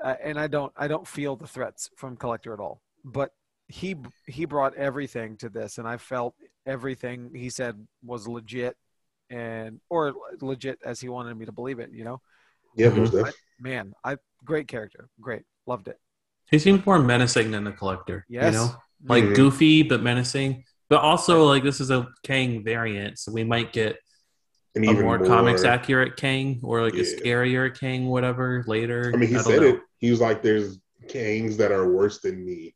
Uh, and I don't I don't feel the threats from Collector at all. But he he brought everything to this, and I felt everything he said was legit, and or legit as he wanted me to believe it. You know, Yeah, most mm-hmm. definitely. man, I great character, great, loved it. He seems more menacing than the collector. Yes. You know? Like Mhm. goofy but menacing. But also like this is a Kang variant, so we might get And a even more, more comics accurate Kang or like a Yeah. scarier Kang, whatever, later. I mean, he don't said know. it. He was like, "There's gangs that are worse than me,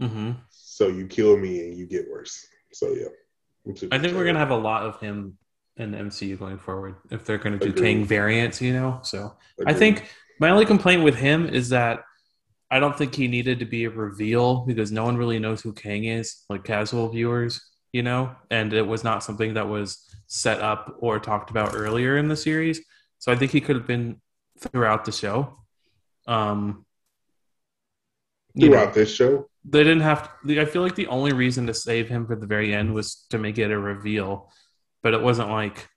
Mhm. so you kill me and you get worse." So yeah, I'm super I think we're excited. gonna have a lot of him in the MCU going forward if they're gonna do Agreed. Kang variants, you know. So I Agreed. think my only complaint with him is that I don't think he needed to be a reveal because no one really knows who Kang is, like casual viewers, you know, and it was not something that was set up or talked about earlier in the series. So I think he could have been throughout the show. Um, you know, throughout this show, they didn't have to, I feel like the only reason to save him for the very end was to make it a reveal, but it wasn't like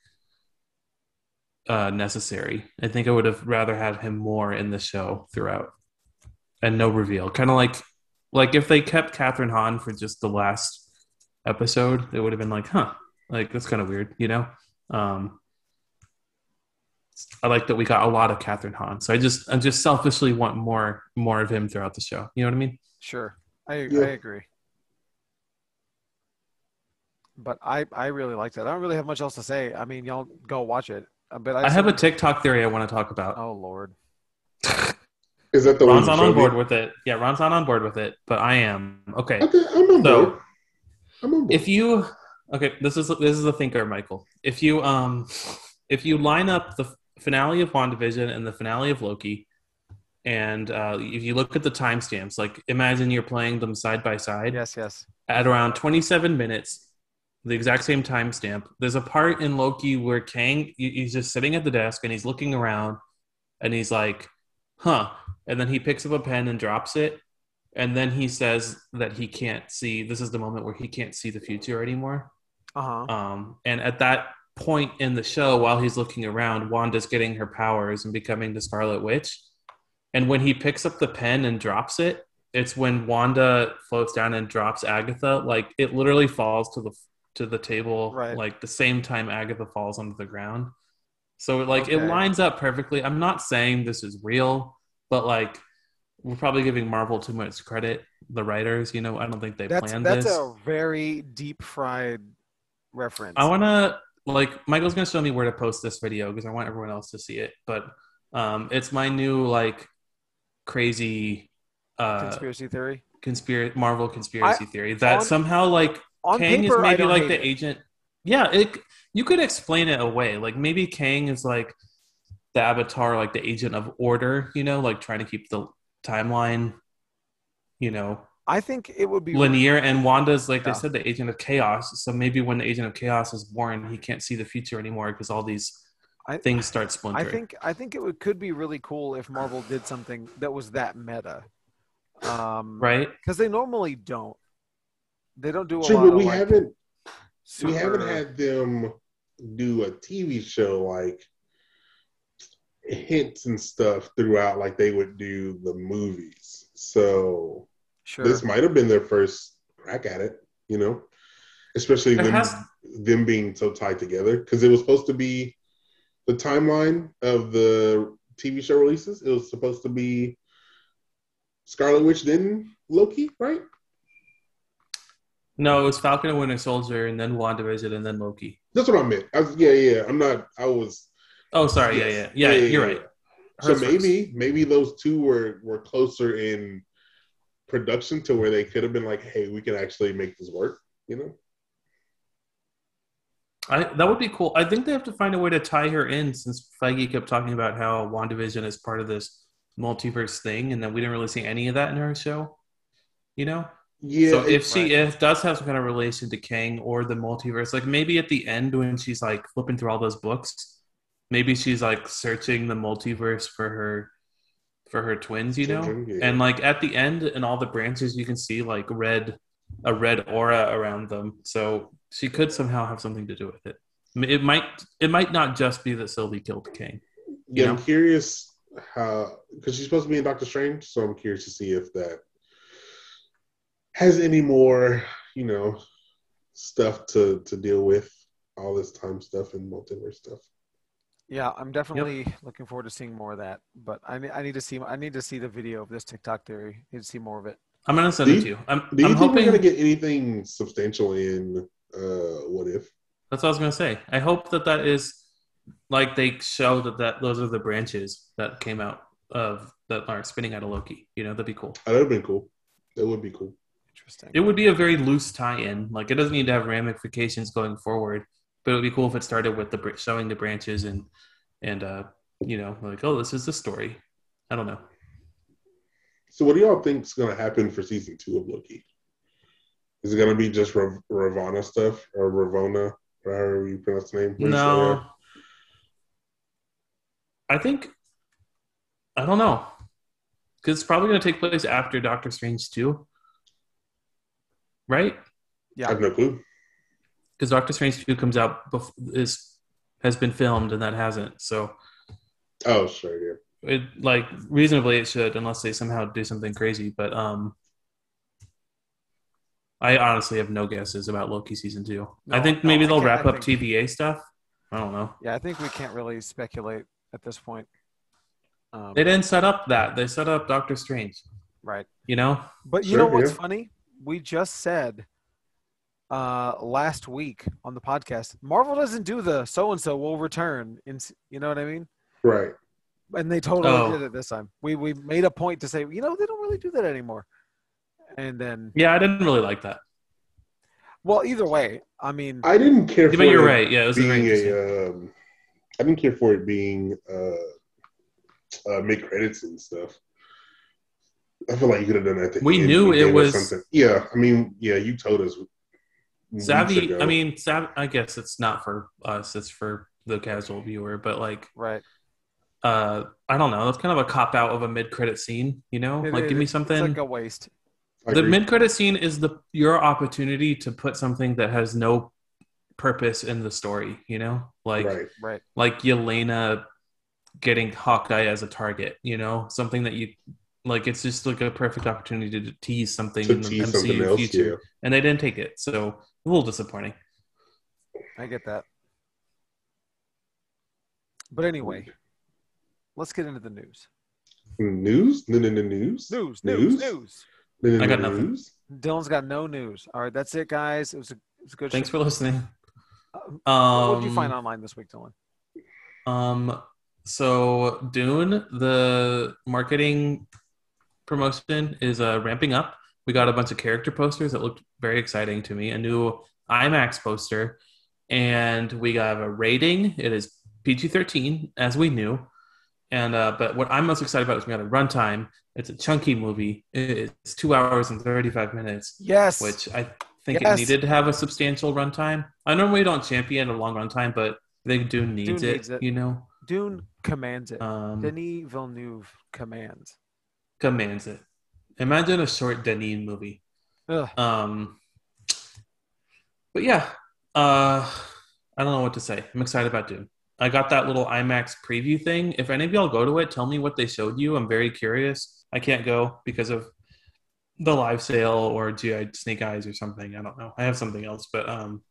uh necessary. I think I would have rather had him more in the show throughout and no reveal. Kind of like like if they kept Catherine Hahn for just the last episode, it would have been like, huh, like that's kind of weird, you know? Um I like that we got a lot of Catherine Hahn. So I just I just selfishly want more more of him throughout the show. You know what I mean? Sure, I Yeah. I agree. But I I really liked it. I don't really have much else to say. I mean, y'all go watch it. Uh, But I, I have a said- TikTok theory I want to talk about. oh lord, is that the one Ron's you not on showed me? board with it. Yeah, Ron's not on board with it, but I am. (laughs) Okay. Okay, I'm on So- board. I'm on board. If you okay, this is this is a thinker, Michael. If you um if you line up the finale of WandaVision and the finale of Loki, and uh, if you look at the timestamps, like imagine you're playing them side by side yes, yes, at around 27 minutes, the exact same timestamp. There's a part in Loki where Kang he- he's just sitting at the desk and he's looking around, and he's like, "Huh," and then he picks up a pen and drops it, and then he says that he can't see. This is the moment where he can't see the future anymore. uh huh. Um, and at that point in the show, while he's looking around, Wanda's getting her powers and becoming the Scarlet Witch. And when he picks up the pen and drops it, it's when Wanda floats down and drops Agatha. Like it literally falls to the to the table, Right. like the same time Agatha falls onto the ground. So like it Okay. lines up perfectly. I'm not saying this is real, but like we're probably giving Marvel too much credit. The writers, you know, I don't think they That's planned that's this. a very deep fried reference. I want to like Michael's gonna show me where to post this video because I want everyone else to see it. But um, it's my new like crazy uh, conspiracy theory. conspiracy Marvel conspiracy theory that on- somehow like On Kang paper, is I maybe don't like hate the it. agent. Yeah, it, you could explain it away. Like maybe Kang is like the avatar, like the agent of order. You know, like trying to keep the timeline. You know, I think it would be linear and wanda's like Yeah. they said the agent of chaos so maybe when the agent of chaos is born he can't see the future anymore because all these I- things start I splintering think I think it would, could be really cool if Marvel did something that was that meta. Um, right Because they normally don't. They don't do a True, lot but of we like, haven't we super- haven't had them do a TV show like hints and stuff throughout like they would do the movies. So sure. this might have been their first crack at it, you know, especially There them, has- them being so tied together because it was supposed to be the timeline of the TV show releases. It was supposed to be Scarlet Witch, then Loki, right? no it was falcon and winter soldier and then wandavision and then loki That's what I meant. I was, yeah, yeah. I'm not. I was. oh sorry Yes. yeah yeah yeah you're right So Hers maybe maybe those two were were closer in production to where they could have been like, hey, we can actually make this work. You know, first. I, that would be cool. I think they have to find a way to tie her in since Feige kept talking about how WandaVision is part of this multiverse thing, and then we didn't really see any of that in her show. You know, Yeah. so if it- she if does have some kind of relation to Kang or the multiverse, like maybe at the end when she's like flipping through all those books, maybe she's like searching the multiverse for her for her twins, you know? Children, yeah. And like at the end in all the branches you can see like red a red aura around them. So she could somehow have something to do with it. I mean, It might it might not just be that Sylvie killed Kang. yeah, you I'm know? curious how because she's supposed to be in Doctor Strange, so I'm curious to see if that has any more, you know, stuff to to deal with all this time stuff and multiverse stuff. Yeah, I'm definitely looking forward to seeing more of that. But I ne- I need to see I need to see the video of this TikTok theory. I need to see more of it. I'm gonna send Do it you- to you. I'm, Do you I'm think we're hoping gonna get anything substantial in uh what if? That's what I was gonna say. I hope that that is like they show that that those are the branches that came out of that are spinning out of Loki. You know, that'd be cool. Oh, that would have been cool. That would be cool. Interesting. It would be a very loose tie-in. Like it doesn't need to have ramifications going forward, but it would be cool if it started with the br- showing the branches and and uh you know like oh this is the story. I don't know. So, what do y'all think's going to happen for season two of Loki? Is it going to be just Rav- Ravana stuff or Ravona, or however you pronounce the name? No, I think I don't know because it's probably gonna take place after Doctor Strange two, right? I have no clue. because Doctor Strange two comes out bef- is has been filmed and that hasn't. So Oh, sure, yeah. it like reasonably it should unless they somehow do something crazy. But um, I honestly have no guesses about Loki season two. I No, think no, maybe I they'll can't- wrap I up think- TVA stuff. I don't know. Yeah, I think we can't really speculate at this point. Um, They didn't set up that. They set up Doctor Strange. right. You know. But you Sure, know what's yeah. funny? We just said uh, last week on the podcast, Marvel doesn't do the so and so will return. In s- you know what I mean? Right. And they totally Oh. did it this time. We we made a point to say, you know, they don't really do that anymore. And then, Yeah, I didn't really like that. well, either way, I mean, I didn't care for But you're it right. Yeah, it was being amazing. a. Um, I didn't care for it being uh, uh, mid credits and stuff. I feel like you could have done that. at the We end. knew You gave it us was- Yeah, I mean, yeah, you told us. weeks Savvy. ago. I mean, Sav- I guess it's not for us. It's for the casual viewer. But like, right? uh I don't know. That's kind of a cop out of a mid credit scene, you know? It- like it- give me it's- something. It's like a waste. I the agree. mid credit scene is the your opportunity to put something that has no purpose in the story, you know? Like right. Right. like Yelena getting Hawkeye as a target, you know? Something that you like it's just like a perfect opportunity to tease something to in the tease something MCU else. future. Yeah. And they didn't take it. So a little disappointing. I get that. But anyway, let's get into the news. News? No, no, no, news? News, news, news. No, no, no, I got nothing. news? Dylan's got no news. All right, that's it, guys. It was a, it was a good. Thanks show. for listening. Um, Uh, what did you find online this week, Dylan? Um, so Dune, the marketing promotion is uh, ramping up. We got a bunch of character posters that looked very exciting to me. A new IMAX poster, and we have a rating. It is PG thirteen, as we knew. And uh, but what I'm most excited about is we got a runtime. It's a chunky movie. It- It's two hours and thirty five minutes Yes. which I think Yes. it needed to have a substantial runtime. I normally don't champion a long runtime, but I think Dune needs, Dune it, needs it. You know, Dune commands it. um, Denis Villeneuve commands. commands it. Imagine a short Denis movie. Ugh. Um, but yeah, uh, I don't know what to say. I'm excited about Dune. I got that little IMAX preview thing. If any of y'all go to it, tell me what they showed you. I'm very curious. I can't go because of the live sale or GI Snake Eyes or something. I don't know. I have something else, but um,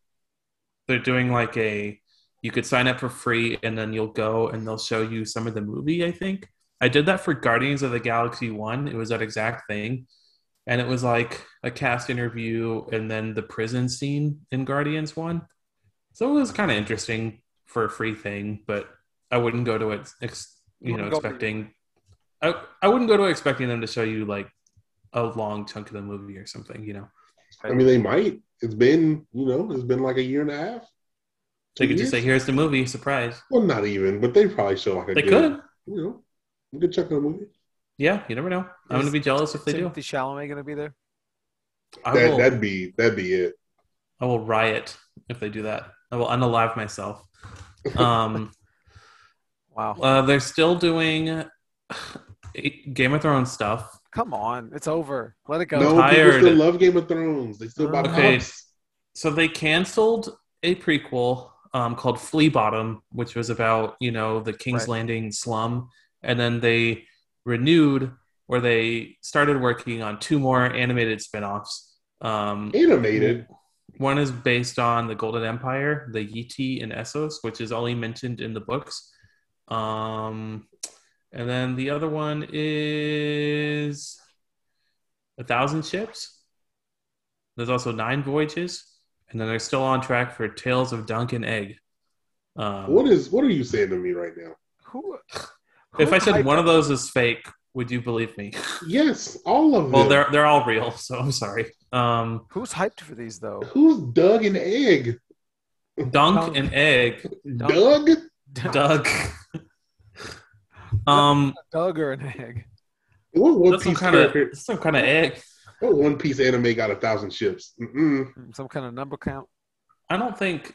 they're doing like a you could sign up for free and then you'll go and they'll show you some of the movie. I think I did that for Guardians of the Galaxy One. It was that exact thing and it was like a cast interview and then the prison scene in Guardians one. So it was kind of interesting for a free thing, but I wouldn't go to it, ex- you know, Wouldn't go to- expecting. I I wouldn't go to it expecting them to show you like a long chunk of the movie or something, you know. I mean, they might. It's been, you know, it's been like a year and a half. They Two could just say, years? "Here's the movie, surprise." Well, not even, but they probably show like a They good, could. you know, a good chunk of the movie. Yeah, you never know. I'm Is gonna be jealous if they do. Timothy Chalamet going to be there? I that, will. That'd be that'd be it. I will riot if they do that. I will unalive myself. Um, (laughs) Wow. uh, they're still doing (sighs) Game of Thrones stuff. Come on. It's over. Let it go. no, tired. people still love Game of Thrones. They still buy the Okay. house. So they canceled a prequel um, called Flea Bottom, which was about you know the King's Right. Landing slum, and then they renewed where they started working on two more animated spin-offs. Um, Animated. One is based on the Golden Empire, the Yeti and Essos, which is only mentioned in the books. Um, and then the other one is A Thousand Ships. There's also Nine Voyages. And then they're still on track for Tales of Duncan Egg. Um, What is what are you saying to me right now? Who, if who I said hyped one up- of those is fake, would you believe me? Yes, all of well, them. they're, they're all real, (laughs) so I'm sorry. Um, Who's hyped for these, though? Who's Doug and Egg? Dunk and Egg. Doug? Doug? Doug. (laughs) um, Doug or an egg? What One that's some Piece kind of character? some kind of egg. What One Piece anime got a thousand ships? Mm-mm. Hmm, Some kind of number count? I don't think.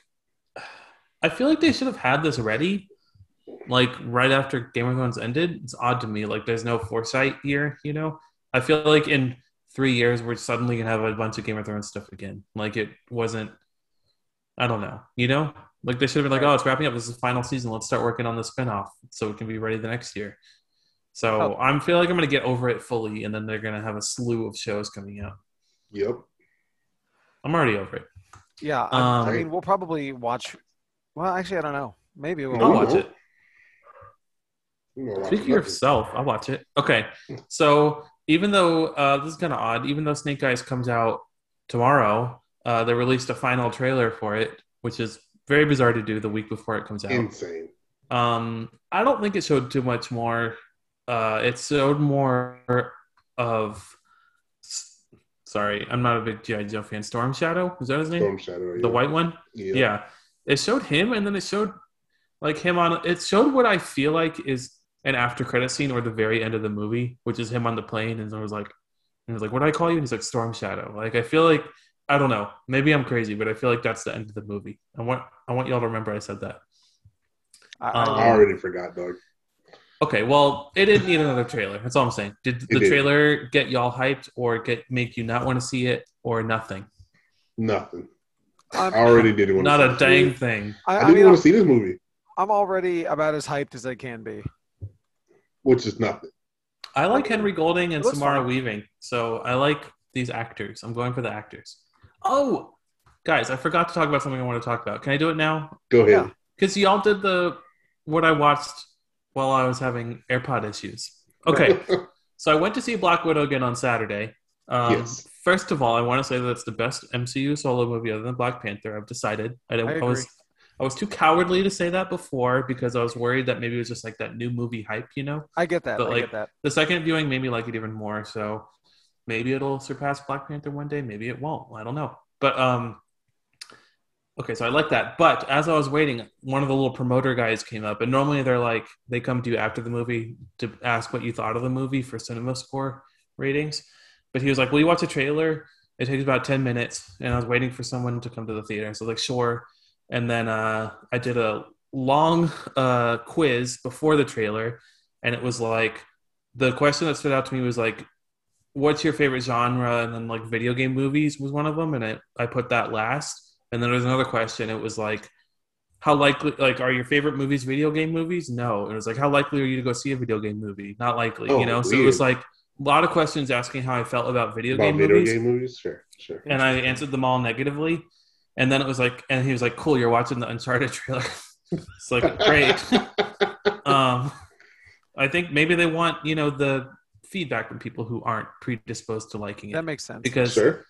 I feel like they should have had this ready, like right after Game of Thrones ended. It's odd to me. Like there's no foresight here. You know, I feel like in three years we're suddenly gonna have a bunch of Game of Thrones stuff again. Like it wasn't. I don't know. You know, like they should have been like, oh, it's wrapping up. This is the final season. Let's start working on the spinoff so it can be ready the next year. So I'm feel like I'm gonna get over it fully, and then they're gonna have a slew of shows coming out. Yep. I'm already over it. Yeah. I- I Um, mean, we'll probably watch. Well, actually, I don't know. Maybe we'll. No, I'll we watch won't. it. You know, Speak for like- yourself. I'll watch it. Okay. So even though uh, this is kind of odd, even though Snake Eyes comes out tomorrow, uh, they released a final trailer for it, which is very bizarre to do the week before it comes out. insane. Um, I don't think it showed too much more. Uh, it showed more of. Sorry, I'm not a big GI Joe fan. Storm Shadow is that his name? Storm Shadow. The white one. Yeah. Yeah. It showed him and then it showed like him on it showed what I feel like is an after credit scene or the very end of the movie, which is him on the plane and I was like and he was like, What do I call you? And he's like Storm Shadow. Like I feel like I don't know. Maybe I'm crazy, but I feel like that's the end of the movie. I want I want y'all to remember I said that. I, I- Um, I already forgot, Doug. Okay, well, it didn't need another trailer. That's all I'm saying. Did the did. trailer get y'all hyped or get make you not want to see it or nothing? Nothing. I'm, I already didn't want Not to a dang thing. I, I, I didn't mean, want I'm, to see this movie, I'm already about as hyped as I can be. which is nothing. I like Okay. Henry Golding and It looks Samara fine. Weaving, so I like these actors. I'm going for the actors. Oh, guys, I forgot to talk about something I want to talk about. Can I do it now? Go ahead. Yeah. Because y'all did the what I watched while I was having AirPod issues. Okay, so I went to see Black Widow again on Saturday. Um, Yes. First of all, I want to say that it's the best MCU solo movie other than Black Panther. I've decided. I, don't, I I, was agree. I was too cowardly to say that before because I was worried that maybe it was just like that new movie hype, you know. I get that. But, I like, get that. The second viewing made me like it even more. So maybe it'll surpass Black Panther one day. Maybe it won't. I don't know. But um, okay. So I like that. But as I was waiting, one of the little promoter guys came up, and normally they're like they come to you after the movie to ask what you thought of the movie for cinema score ratings. But he was like, "Will you watch a trailer? It takes about ten minutes." And I was waiting for someone to come to the theater. So I was like, "Sure." And then uh, I did a long uh, quiz before the trailer, and it was like the question that stood out to me was like what's your favorite genre and then like video game movies was one of them and i, I put that last and then there was another question it was like how likely like are your favorite movies video game movies no it was like how likely are you to go see a video game movie not likely Oh, you know so it was weird. like a lot of questions asking how i felt about video About game video movies game movies? Sure, sure. and i answered them all negatively and then it was like and he was like cool you're watching the uncharted trailer (laughs) it's (laughs) like great um, I think maybe they want you know the feedback from people who aren't predisposed to liking That it makes sense. because sure.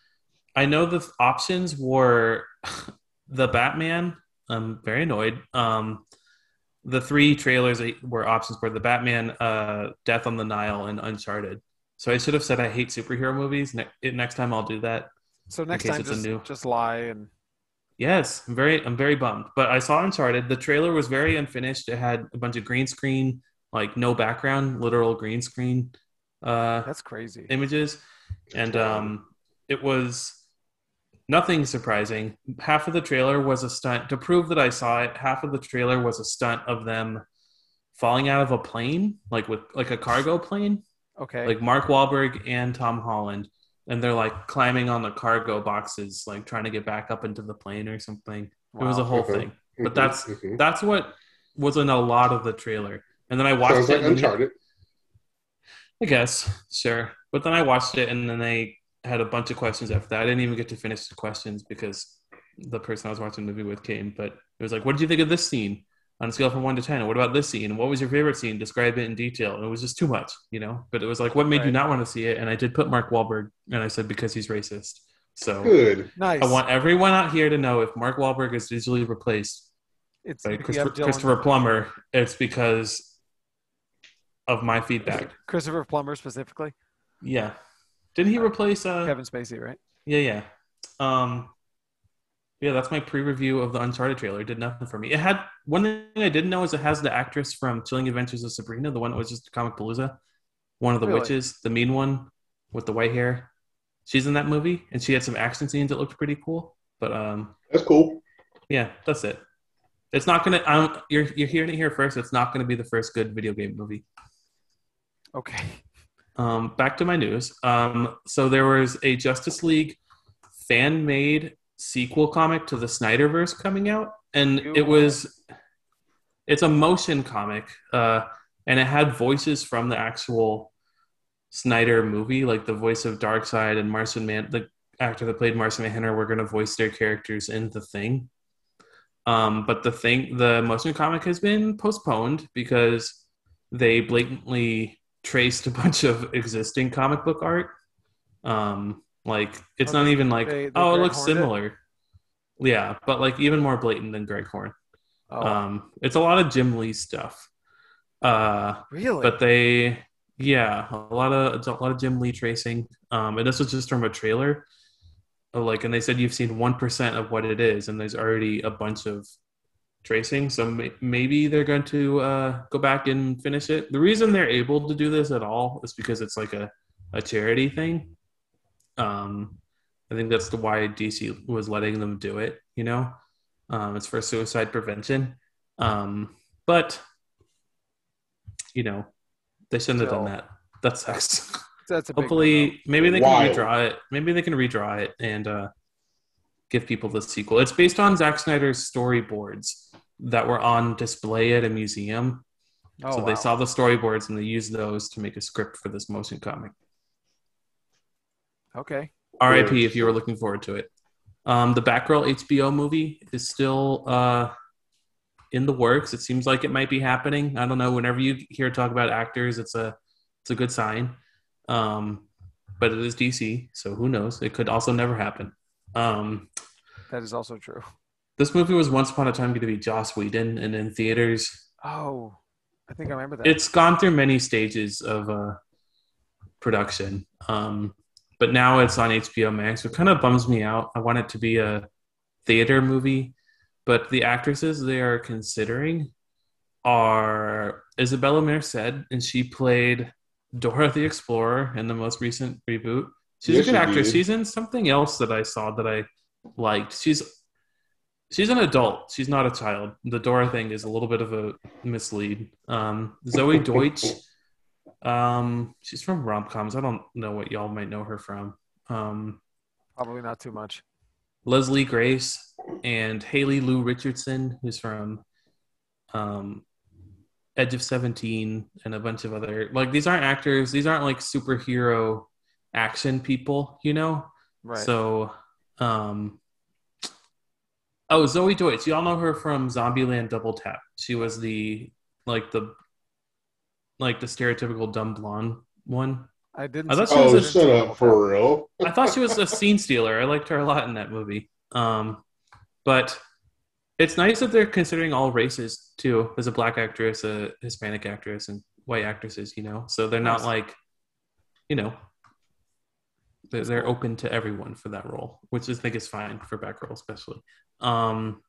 I know the options were (laughs) the Batman. I'm very annoyed. Um, the three trailers that were options were the Batman, uh, Death on the Nile, and Uncharted. So I should have said I hate superhero movies. Ne- it- next time I'll do that. so next case time, it's a just, new- just lie and Yes, I'm very I'm very bummed. But I saw Uncharted. The trailer was very unfinished. It had a bunch of green screen, like no background, literal green screen uh That's crazy. images. And um it was nothing surprising. Half of the trailer was a stunt to prove that I saw it. Half of the trailer was a stunt of them falling out of a plane, like with like a cargo plane Okay. like Mark Wahlberg and Tom Holland, and they're like climbing on the cargo boxes, like trying to get back up into the plane or something. It was Wow. a whole Okay. thing. Mm-hmm, But that's- That's what was in a lot of the trailer. And then I watched sounds it. like and then- Uncharted. I guess, sure. But then I watched it, and then they had a bunch of questions after that. I didn't even get to finish the questions because the person I was watching the movie with came. But it was like, "What did you think of this scene?" On a scale from one to ten, what about this scene? What was your favorite scene? Describe it in detail. And it was just too much, you know. But it was like, what made you Right. not want to see it? And I did put Mark Wahlberg, and I said because he's racist. So Good. nice. I want everyone out here to know if Mark Wahlberg is visually replaced it's by if you Christopher, have Dylan- Christopher Plummer, it's because of my feedback. Christopher Plummer specifically. Yeah. Didn't he Right. replace uh Kevin Spacey, right? Yeah, yeah. Um Yeah, that's my pre-review of the Uncharted trailer. It did nothing for me. It had one thing I didn't know is it has the actress from Chilling Adventures of Sabrina, the one that was just comic palooza, one of the Really? witches, the mean one with the white hair. She's in that movie and she had some action scenes that looked pretty cool. But um That's cool. yeah, that's it. It's not gonna. I don't, you're you're hearing it here first. It's not gonna be the first good video game movie. Okay. Um, back to my news. Um, so there was a Justice League fan made sequel comic to the Snyderverse coming out, and You- it was it's a motion comic, uh, and it had voices from the actual Snyder movie, like the voice of Darkseid and Martian Man, the actor that played Martian Manhunter, were going to voice their characters in the thing. Um, but the thing, the motion comic has been postponed because they blatantly traced a bunch of existing comic book art. Um, like it's Oh, not they- even like they- they oh, it Greg looks Horned it? similar. Yeah, but like even more blatant than Greg Horn. Oh, Um, it's a lot of Jim Lee stuff. Uh, Oh, really? but they yeah a lot of it's a lot of jim lee tracing um and this was just from a trailer Uh, like and they said you've seen 1% of what it is and there's already a bunch of tracing so may- maybe they're going to uh go back and finish it the reason they're able to do this at all is because it's like a a charity thing um i think that's the why dc was letting them do it you know um it's for suicide prevention um but you know, they shouldn't have done So- that. That sucks. That's a big Hopefully, maybe they can Wild. redraw it. Maybe they can redraw it and uh, give people the sequel. It's based on Zack Snyder's storyboards that were on display at a museum. no-no. Oh, so they wow. saw the storyboards and they used those to make a script for this motion comic. Okay. RIP if you were looking forward to it. Um, the Batgirl HBO movie is still uh, in the works. It seems like it might be happening. I don't know. Whenever you hear talk about actors, it's a it's a good sign. Um, but it is DC, so who knows? It could also never happen. Um, That is also true. this movie was once upon a time going to be Joss Whedon, and in theaters Oh, I think I remember that. it's gone through many stages of uh, production um, but now it's on hbo max it kind of bums me out i want it to be a theater movie but the actresses they are considering are isabella merced and she played dora the explorer in the most recent reboot she's Yes, a good she actress did. she's in something else that i saw that i liked she's she's an adult she's not a child the dora thing is a little bit of a mislead um, zoe deutsch um, she's from rom-coms i don't know what y'all might know her from um, Probably not too much. leslie grace and haley lou richardson who's from um, edge of 17 and a bunch of other like these aren't actors these aren't like superhero action people you know Right. so, um, oh, Zoe Deutsch. Y'all know her from Zombieland Double Tap. She was the like the like the stereotypical dumb blonde one. I didn't. I thought see she was Oh, that. a- shut up for real. I thought she was a scene stealer. I liked her a lot in that movie. Um, but it's nice that they're considering all races too. There's a black actress, a Hispanic actress, and white actresses. You know, so they're not Nice. like, you know, They're, they're open to everyone for that role, which I think is fine for Batgirl, especially. Um,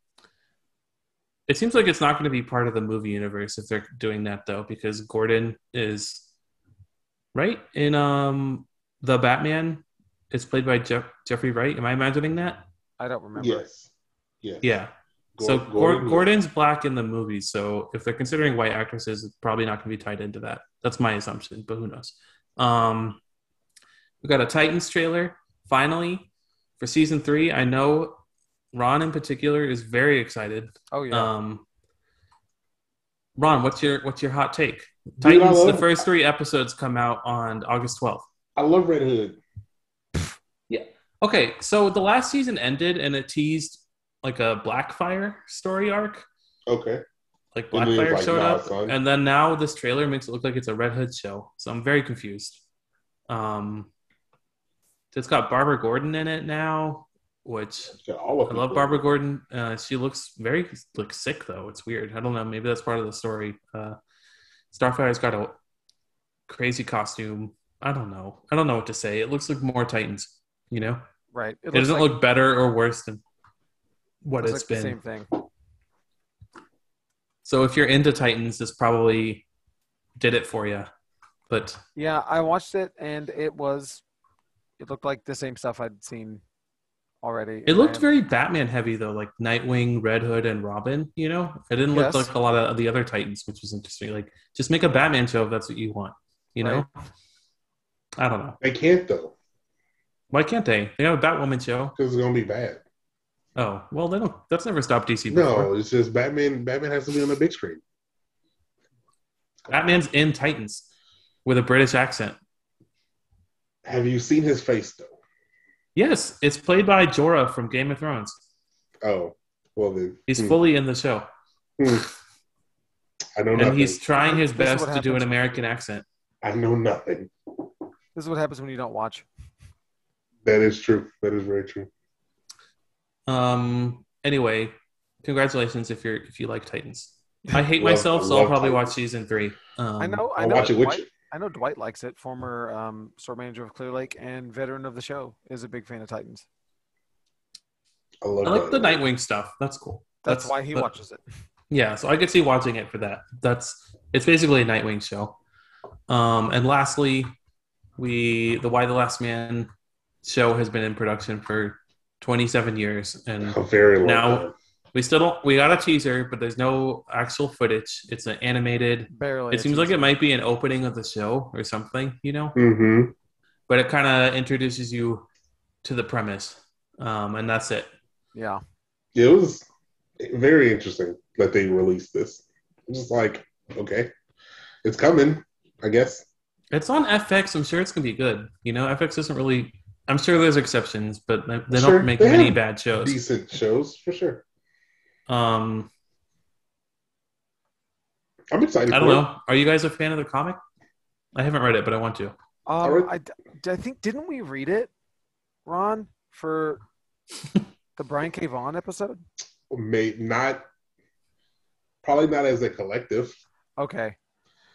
it seems like it's not going to be part of the movie universe if they're doing that though, because Gordon is right in um the Batman. It's played by Jeff Jeffrey Wright. Am I imagining that? I don't remember. Yes. Yes. Yeah. so Gordon- Gor- Gordon- Gordon's black in the movie, so if they're considering white actresses, it's probably not going to be tied into that. That's my assumption, but who knows? Um, we got a Titans trailer finally for season three. I know Ron in particular is very excited. Oh yeah. Um, Ron, what's your what's your hot take? Dude, I Titans. the love- first three episodes come out on August twelfth. I love Red Hood. Okay, so the last season ended and it teased like a Blackfire story arc. Okay. Like And then it's Blackfire like, showed nah, up, son. and then now this trailer makes it look like it's a Red Hood show. So I'm very confused. Um, it's got Barbara Gordon in it now, which It's got all of I them. love Barbara Gordon. Uh, she looks very like sick though. It's weird. I don't know. Maybe that's part of the story. Uh, Starfire's got a crazy costume. I don't know. I don't know what to say. It looks like more Titans. You know, right. it, doesn't look better or worse than what looks it's like been. the same thing. So if you're into Titans, this probably did it for you. But Yeah, I watched it and it was it looked like the same stuff I'd seen already. it and looked I- very Batman heavy though, like Nightwing, Red Hood, and Robin. You know, it didn't Yes. look like a lot of the other Titans, which was interesting. Like, just make a Batman show if that's what you want. You know, I don't know. They can't though, Why can't they? They have a Batwoman show. because it's gonna be bad. Oh well, they don't. That's never stopped DC. Before. No, it's just Batman. Batman has to be on the big screen. Batman's in Titans with a British accent. Have you seen his face though? Yes, it's played by Jorah from Game of Thrones. Oh, well then He's hmm. fully in the show, I know and nothing. he's trying his This is best what to do an happens. American accent. I know nothing. This is what happens when you don't watch. That is true. That is very true. Um. Anyway, congratulations if you're if you like Titans. I hate Love- myself, so I'll love probably Titans. watch season three. Um, I know. I I'll know. watch it with Dwight, you. I know Dwight likes it. Former um, store manager of Clear Lake and veteran of the show is a big fan of Titans. I love. I like the Batman. Nightwing stuff. That's cool. That's, why he that- watches it. Yeah, so I could see watching it for that. That's it's basically a Nightwing show. Um, and lastly, we the Why the Last Man show has been in production for 27 years, and A very long Now- time. we still don't. We got a teaser, but there's no actual footage. It's an animated. Barely. It seems like it might be an opening of the show or something, you know. Mm-hmm. But it kind of introduces you to the premise, um, and that's it. Yeah. It was very interesting that they released this. I'm just like, okay, it's coming. I guess. It's on FX. I'm sure it's gonna be good. You know, FX isn't really. I'm sure there's exceptions, but they they Sure, don't make they many have bad shows. Decent shows for sure. Um, I'm excited. I for don't it. know. Are you guys a fan of the comic? I haven't read it, but I want to. Um, read- I, d- I think didn't we read it, Ron, (laughs) for the Brian K. Vaughan episode? may not probably not as a collective. Okay.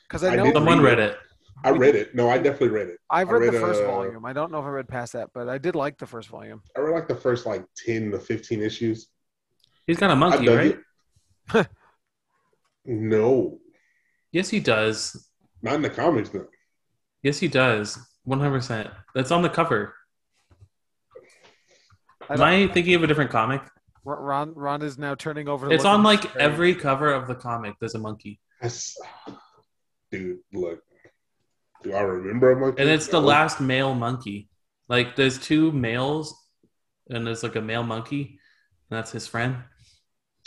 Because I I know didn't Someone read read it. I read it. No, I definitely read it. I've I read, the read, first uh, volume. I don't know if I read past that, but I did like the first volume. I read like the first like ten to fifteen issues. He's got a I monkey, dug right? it. no, Yes, he does. not in the comics. No, Yes, he does. One hundred percent. That's on the cover. I Am I thinking of a different comic? R- Ron Ron is now turning over. to It's look on at like the page. every cover of the comic. There's a monkey, I s dude, look. Do I remember a monkey? and it's the No. last male monkey. Like there's two males, and there's like a male monkey, and that's his friend.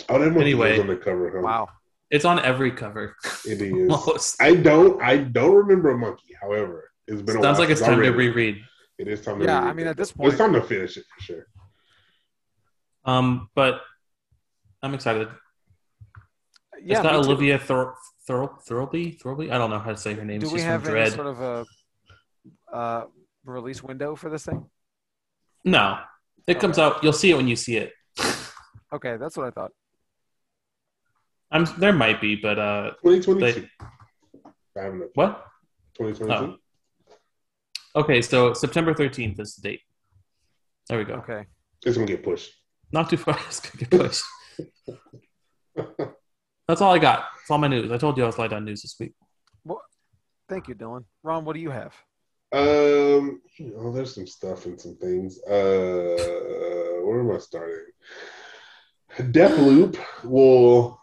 Oh, that monkey anyway. is on the cover. Huh? Wow. It's on every cover. (laughs) it is. Almost. I don't. I don't remember a monkey. However, it's been a while Sounds like it's since I time to read it. reread. It is time to. Yeah. reread I mean, it. at this it's point, time to finish it for sure. Um, but I'm excited. yeah. it's got me too. Olivia Thor- Thor- Thirlby. Thirlby. I don't know how to say her name. Do She's we have from any Dread. sort of a uh, release window for this thing? No, it comes out. You'll see it when you see it. Okay, that's what I thought. I'm there might be, but uh, Twenty twenty They- Oh. two. I have no what? Twenty twenty two. Okay, so September 13th is the date. There we go. Okay. It's gonna get pushed. Not too far. (laughs) It's going to get pushed. That's all I got. That's all my news. I told you I was light on news this week. Thank you, Dylan. Ron, what do you have? Um, you know, there's some stuff and some things. Uh, where am I starting? Deathloop will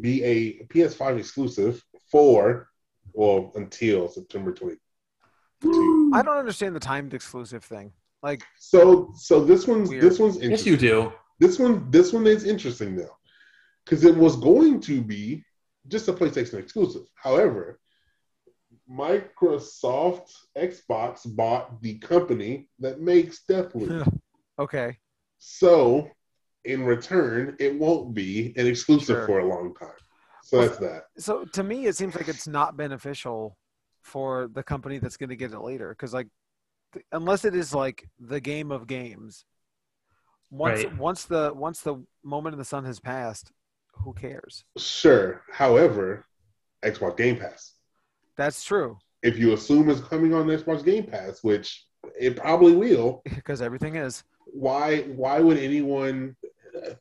be a PS5 exclusive for, well, until September 20. I don't understand the timed exclusive thing. Like, So, so this one's Weird. this one's Yes, interesting. you do. This one, this one is interesting though, because it was going to be just a PlayStation exclusive. However, Microsoft Xbox bought the company that makes (laughs) Deathloop. okay, So, in return, it won't be an exclusive Sure. for a long time. So that's that. so to me, it seems like it's not beneficial for the company that's going to get it later, because like, th- unless it is like the game of games, once Right. once the once the moment in the sun has passed, who cares? Sure. However, Xbox Game Pass. That's true (laughs) If you assume it's coming on Xbox Game Pass, which it probably will, because everything is why why would anyone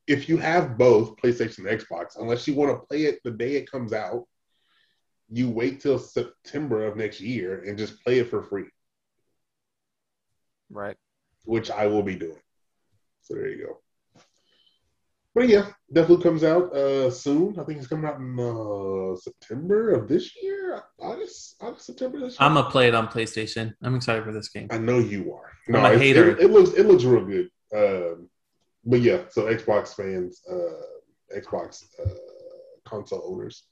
if you have both PlayStation and Xbox, unless you want to play it the day it comes out, you wait till September of next year and just play it for free, right. which I will be doing. So there you go. But yeah, Deathloop comes out uh, soon. I think it's coming out in uh, September of this year. August, August, September this year. I'm going to play it on PlayStation. I'm excited for this game. I know you are. I'm a it's- hater. It, it looks it looks real good. Um, but yeah, so Xbox fans, uh, Xbox uh, console owners,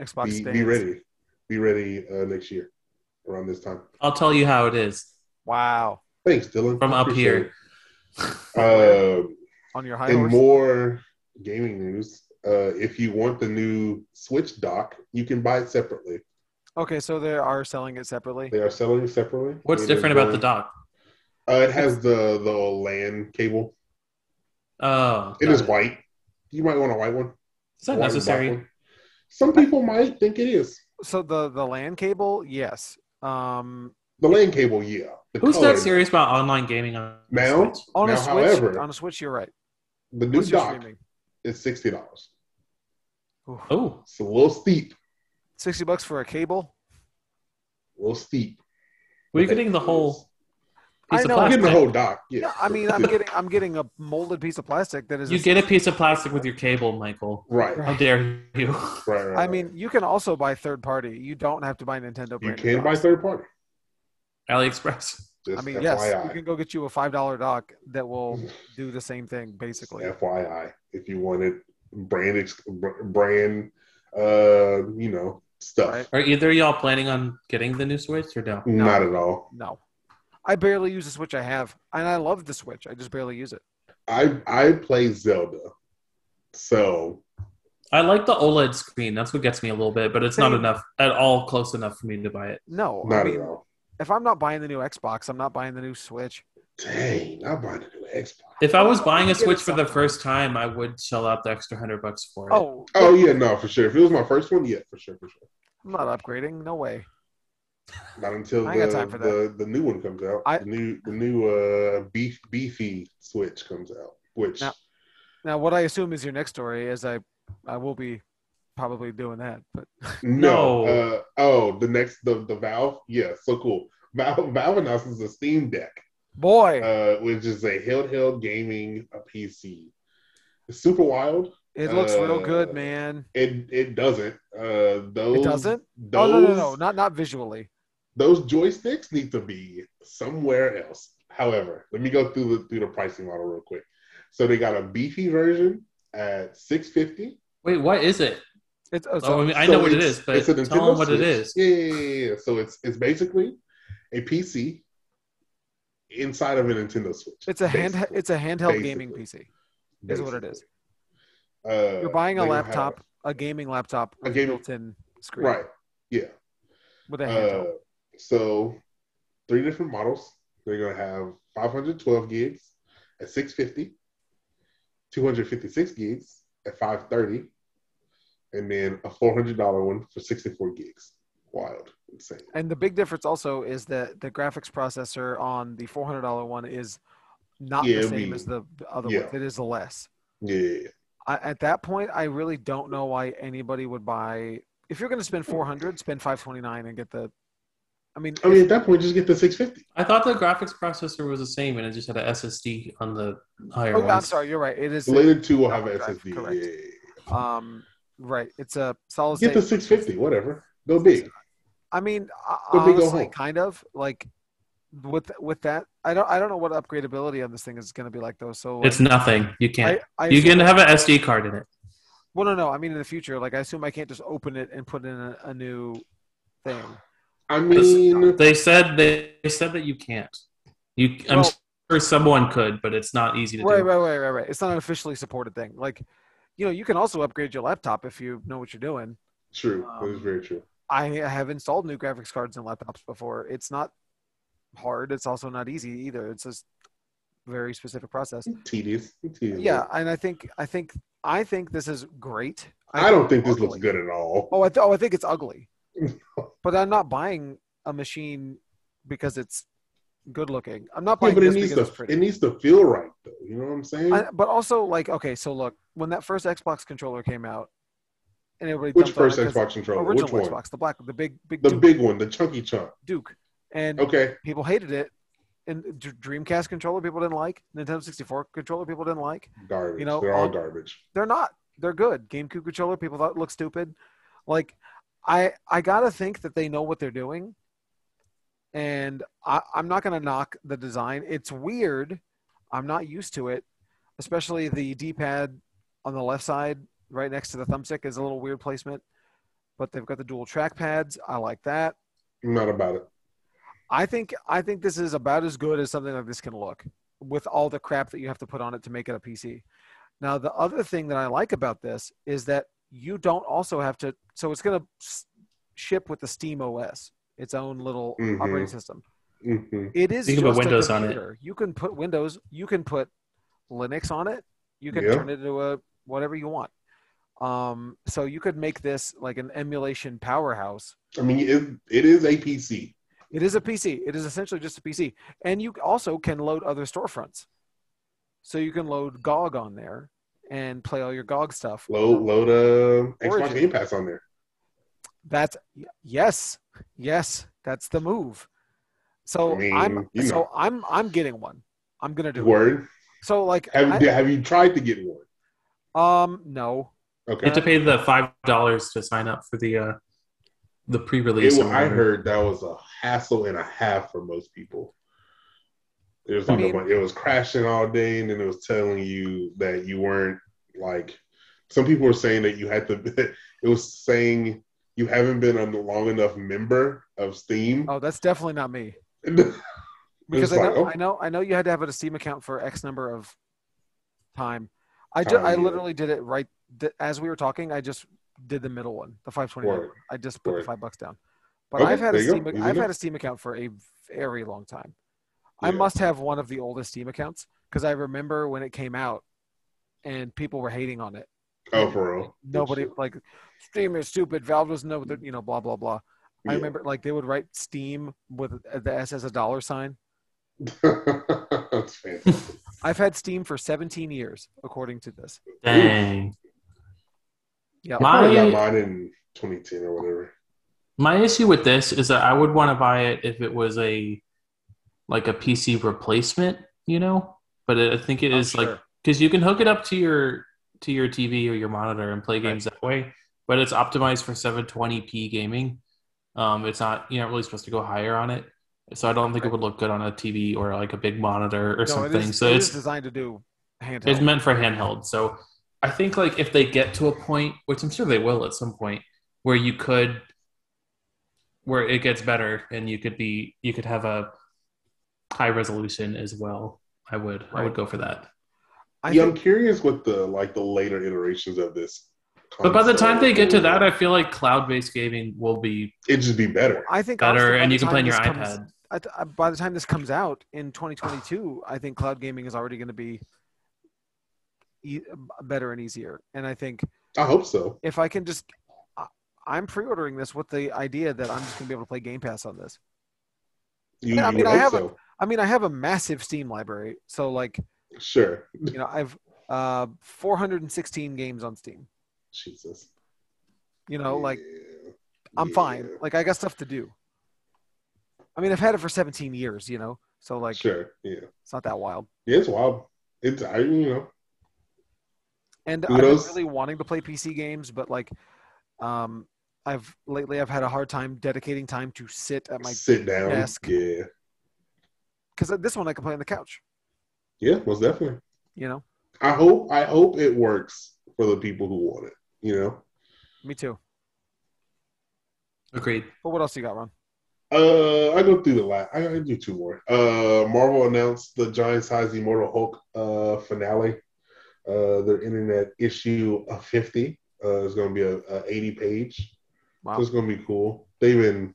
Xbox be, be fans. ready, be ready uh, next year around this time. I'll tell you how it is Wow, Thanks, Dylan. from up Appreciate here. it. (laughs) Um, on your high and horse. more gaming news. Uh, if you want the new Switch dock, you can buy it separately. okay, so they are selling it separately. They are selling it separately. What's It is different about the going- dock? Uh, it has the the LAN cable. Oh, It got is white. You might want a white one. Is White that and black necessary? one. Some people might think it is. So the the LAN cable, yes. Um, The LAN cable, yeah. The Who's color, that serious about online gaming on the Now? Switch? On a Now, switch, however- on a switch, you're right. The new What's your dock streaming? is sixty dollars. Oof. Oh, It's a little steep. Sixty bucks for a cable. A little steep. well, you're Okay. getting the whole I piece of know. Last I'm plastic. getting the whole dock. Yeah. Yeah, I mean, I'm getting I'm getting a molded piece of plastic that is. you get a piece of plastic with your cable, Michael. right, right, How dare you? (laughs) right, right. I mean, you can also buy third party. You don't have to buy Nintendo. you brand new can buy docks. third party. AliExpress. Just I mean, yes, you FYI. can go get you a five dollar dock that (laughs) will do the same thing basically. FYI, if you wanted brand ex- br- brand, uh, you know, stuff. Right. Are either of y'all planning on getting the new Switch or no? Not at all. No, I barely use the Switch I have, and I love the Switch. I just barely use it. I I play Zelda, so I like the OLED screen. That's what gets me a little bit, but it's not Same. enough at all close enough for me to buy it. No, I not mean, at all. if I'm not buying the new Xbox, I'm not buying the new Switch. Dang, I bought a new Xbox. If I was buying a Get it Switch for the sometime. first time, I would shell out the extra hundred bucks for it. Oh, Oh yeah, no, for sure. If it was my first one, yeah, for sure, for sure. I'm not upgrading. No way. Not until I the, ain't got time for the the new one comes out. I- the new the new uh beef beefy switch comes out, which Now- Now, what I assume is your next story is I, I will be probably doing that. But no, No. Uh, oh the next the the Valve yeah so cool. (laughs) Valve, Valve announces the Steam Deck, boy, uh, which is a handheld gaming uh, PC. It's super wild. it looks real uh, good, man. It it doesn't. Uh, those doesn't? oh Those, no, no, no, not not visually. those joysticks need to be somewhere else. However, let me go through the through the pricing model real quick. So they got a beefy version at six fifty. Wait, what is it? It's, it's Oh, I, mean, I know what it is, but tell them what it is. Yeah, yeah, yeah, yeah. So it's it's basically a PC inside of a Nintendo Switch. it's a hand basically. it's a handheld Basically. gaming PC. is what it is. Basically. Uh, You're buying a they don't have- laptop, a gaming laptop with A gaming- built-in screen, right? Yeah. With a Uh, handheld. so three different models. They're gonna have 512 gigs at 650, 256 gigs at 530, and then a $400 one for 64 gigs. wild, insane. And the big difference also is that the graphics processor on the four hundred dollar one is not Yeah, the it'd same be- as the other yeah. one. It is less. Yeah, I, at that point, I really don't know why anybody would buy. If you're going to spend four hundred, spend five twenty nine and get the. I mean, I mean at that point, just get the six fifty. I thought the graphics processor was the same, and it just had a SSD on the higher oh, I'm ones. sorry, you're right. It is Later two will have Drive, SSD. correct. Yeah, um right. It's a solid get state. the six fifty. Whatever, go big. I mean, uh, Go big, go honestly, home. kind of like with with that. I don't I don't know what upgradability on this thing is going to be like though. So like, It's nothing. You can't. I, I you assume- can have an SD card in it. Well, no, no. I mean, in the future, like I assume I can't just open it and put in a, a new thing. I mean, They said they, they said that you can't. You, I'm Well- sure someone could, but it's not easy to Right, do. right, right, right, right. It's not an officially supported thing. Like, you know, you can also upgrade your laptop if you know what you're doing. true. That is Um, very true. I have installed new graphics cards in laptops before. It's not hard. It's also not easy either. It's just very specific process. Tedious. tedious. Yeah, and I think I think I think this is great. I don't think this ugly. looks good at all. Oh, I th- oh, I think it's (laughs) ugly. but I'm not buying a machine because it's good looking. I'm not Yeah, buying but it this needs because to it's pretty. it needs to feel right though. You know what I'm saying? I, but also, like, okay, so look, when that first Xbox controller came out, and everybody Which dumped on it 'cause first Xbox controller? original Which one? Xbox, the black, the big, big The Duke, big one, the chunky chunk. Duke, and Okay. people hated it. And D- Dreamcast controller people didn't like. Nintendo 64 controller people didn't like. Garbage. You know, They're all on- garbage. They're not. They're good. GameCube controller people thought looked stupid. Like, I I gotta think that they know what they're doing. And I, I'm not gonna knock the design. It's weird. I'm not used to it, especially the D-pad on the left side, right next to the thumbstick, is a little weird placement. But they've got the dual track pads. I like that. I'm not about it. I think I think this is about as good as something like this can look, with all the crap that you have to put on it to make it a PC. Now, the other thing that I like about this is that you don't also have to. So it's going to ship with the Steam OS, its own little Mhm. operating system. hmm It is You can put just Windows a on it. computer. You can put Windows. You can put Linux on it. You can Yeah. turn it into a whatever you want. Um, so you could make this like an emulation powerhouse I mean, it, it is a PC. it is a PC. It is essentially just a PC. And you also can load other storefronts. So you can load GOG on there and play all your GOG stuff. Load load uh, Xbox Origin. Game Pass on there. That's y- yes. Yes, that's the move. So I mean, I'm you so know. I'm I'm getting one. I'm going to do it. Word. So like Have I- have you tried to get one? um no. You Okay. have to pay the five dollars to sign up for the uh, the It, pre-release. wa- or I whatever. heard that was a hassle and a half for most people. It was I like a mean- bunch, it was crashing all day, and then it was telling you that you weren't like. Some people were saying that you had to. (laughs) It was saying you haven't been a long enough member of Steam. Oh, that's definitely not me. (laughs) Because It's I know, like, oh. I know I know you had to have a Steam account for X number of time. I ju- Time, I yeah. literally did it right th- as we were talking. I just did the middle one, the five twenty nine. Word. I just put the Word. five bucks down. But Okay, I've had a there you go. Steam. Easy I've enough. had a Steam account for a very long time. I Yeah. must have one of the oldest Steam accounts because I remember when it came out, and people were hating on it. Oh, for real. Nobody like Steam is stupid. Valve doesn't know what they're you know blah blah blah. I Mm. Yeah. remember like they would write Steam with uh, the S as a dollar sign. (laughs) That's fantastic. I've had Steam for 17 years, according to this. Dang. Yeah, My- I I- got mine in 2010 or whatever. My issue with this is that I would want to buy it if it was a like a PC replacement, you know. But I think it Oh, is like sure. because you can hook it up to your to your TV or your monitor and play Right. games that way. But it's optimized for 720p gaming. Um, it's not you're not really supposed to go higher on it, so I don't think Right. it would look good on a TV or like a big monitor or No, it something. is, so it it's is designed to do handheld. it's meant for handheld. So I think like if they get to a point, which I'm sure they will at some point, where you could where it gets better and you could be you could have a high resolution as well. I would I would Right. go for that. I yeah, think, I'm curious what the like the later iterations of this. But by the console time they get to will- that, I feel like cloud based gaming will be it'd just be better. I think honestly, better by and the you can play time on your this comes- iPad. I th- I- by the time this comes out in 2022, I think cloud gaming is already going to be e- better and easier. And I think I hope so. if I can just, I- I'm pre-ordering this with the idea that I'm just going to be able to play Game Pass on this. You, Yeah, I you mean, I hope have a- so. I mean, I have a massive Steam library, so like Sure. you know, I've uh, 416 games on Steam. Jesus. You know, like Yeah. I'm Yeah. fine. Like I got stuff to do. I mean, I've had it for 17 years. You know, so like sure. Yeah. it's not that wild. Yeah, it's wild. It's I you know And Who I've been knows? really wanting to play PC games, but like, um, I've lately I've had a hard time dedicating time to sit at my sit down. desk. Yeah. because this one I can play on the couch. Yeah, most definitely. You know, I hope I hope it works for the people who want it. You know. me too. Agreed. But what else you got, Ron? Uh, I go through the last. I I do two more. Uh, Marvel announced the giant size Immortal Hulk uh finale. Uh, their internet issue of fifty. Uh, is going to be a, a eighty page. Wow. So it's going to be cool. They've been.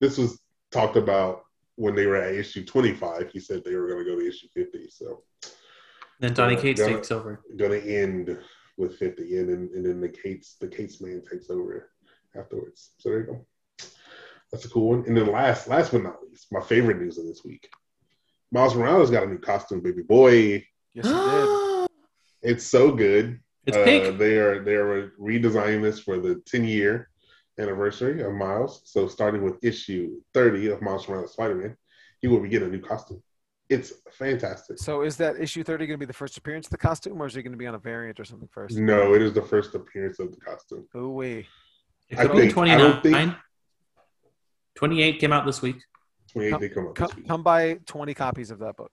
This was talked about when they were at issue twenty five. He said they were going to go to issue fifty. So Then Donny Yeah, Cates Donny- takes over. going to end with 50 and then, and then the Cates the Cates man takes over afterwards. So there you go. That's a cool one. And then last last but not least, my favorite news of this week. Miles Morales got a new costume, baby boy. Yes, you (gasps) It's so good. It's Uh, pink. They are they are redesigning this for the 10 year anniversary of Miles. So starting with issue 30 of Miles Morales Spider-Man, he will be getting a new costume. It's fantastic. (gasps) did. So is that issue 30 going to be the first appearance of the costume, or is it going to be on a variant or something first? No, it is the first appearance of the costume. Ooh wee. It I could be think- I don't 29. think- 28 came out this week. 28 Come- they come out Come, this week. come buy 20 copies of that book.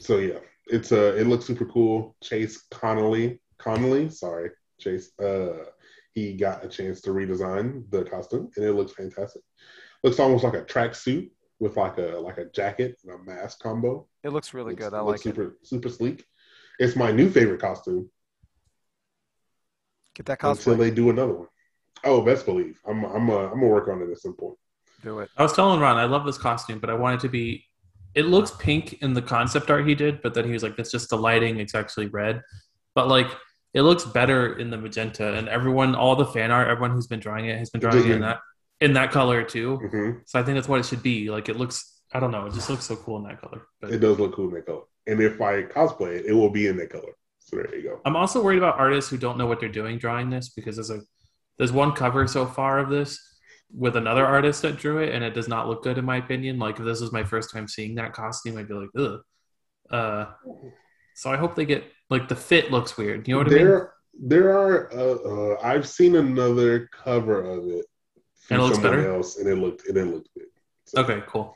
So yeah, it's uh it looks super cool. Chase Connolly, Connolly, sorry, Chase. Uh, he got a chance to redesign the costume, and it looks fantastic. Looks almost like a tracksuit with like a like a jacket and a mask combo. It looks really Looks- good. I like looks it. super super sleek. It's my new favorite costume Get that until cosplay. they do another one. Oh, best believe I'm I'm uh, I'm gonna work on it at some point. Do (sighs) it. I was telling Ron, I love this costume, but I want it to be. It looks pink in the concept art he did, but then he was like, "That's just the lighting. It's actually red." But like, it looks better in the magenta, and everyone, all the fan art, everyone who's been drawing it has been drawing it in that in that color too. hmm So I think that's what it should be. Like, it looks. I don't know. It just looks so cool in that color. It But does look cool in that color, and if I cosplay it, it will be in that color. So there you go. I'm also worried about artists who don't know what they're doing drawing this because there's like there's one cover so far of this with another artist that drew it, and it does not look good in my opinion. Like, if this was my first time seeing that costume, I'd be like, ugh. Uh, So I hope they get like the fit looks weird. You know what I there, mean? There are. Uh, uh, I've seen another cover of it And it looks better? else, and it looked and it looked good. So, Okay, cool.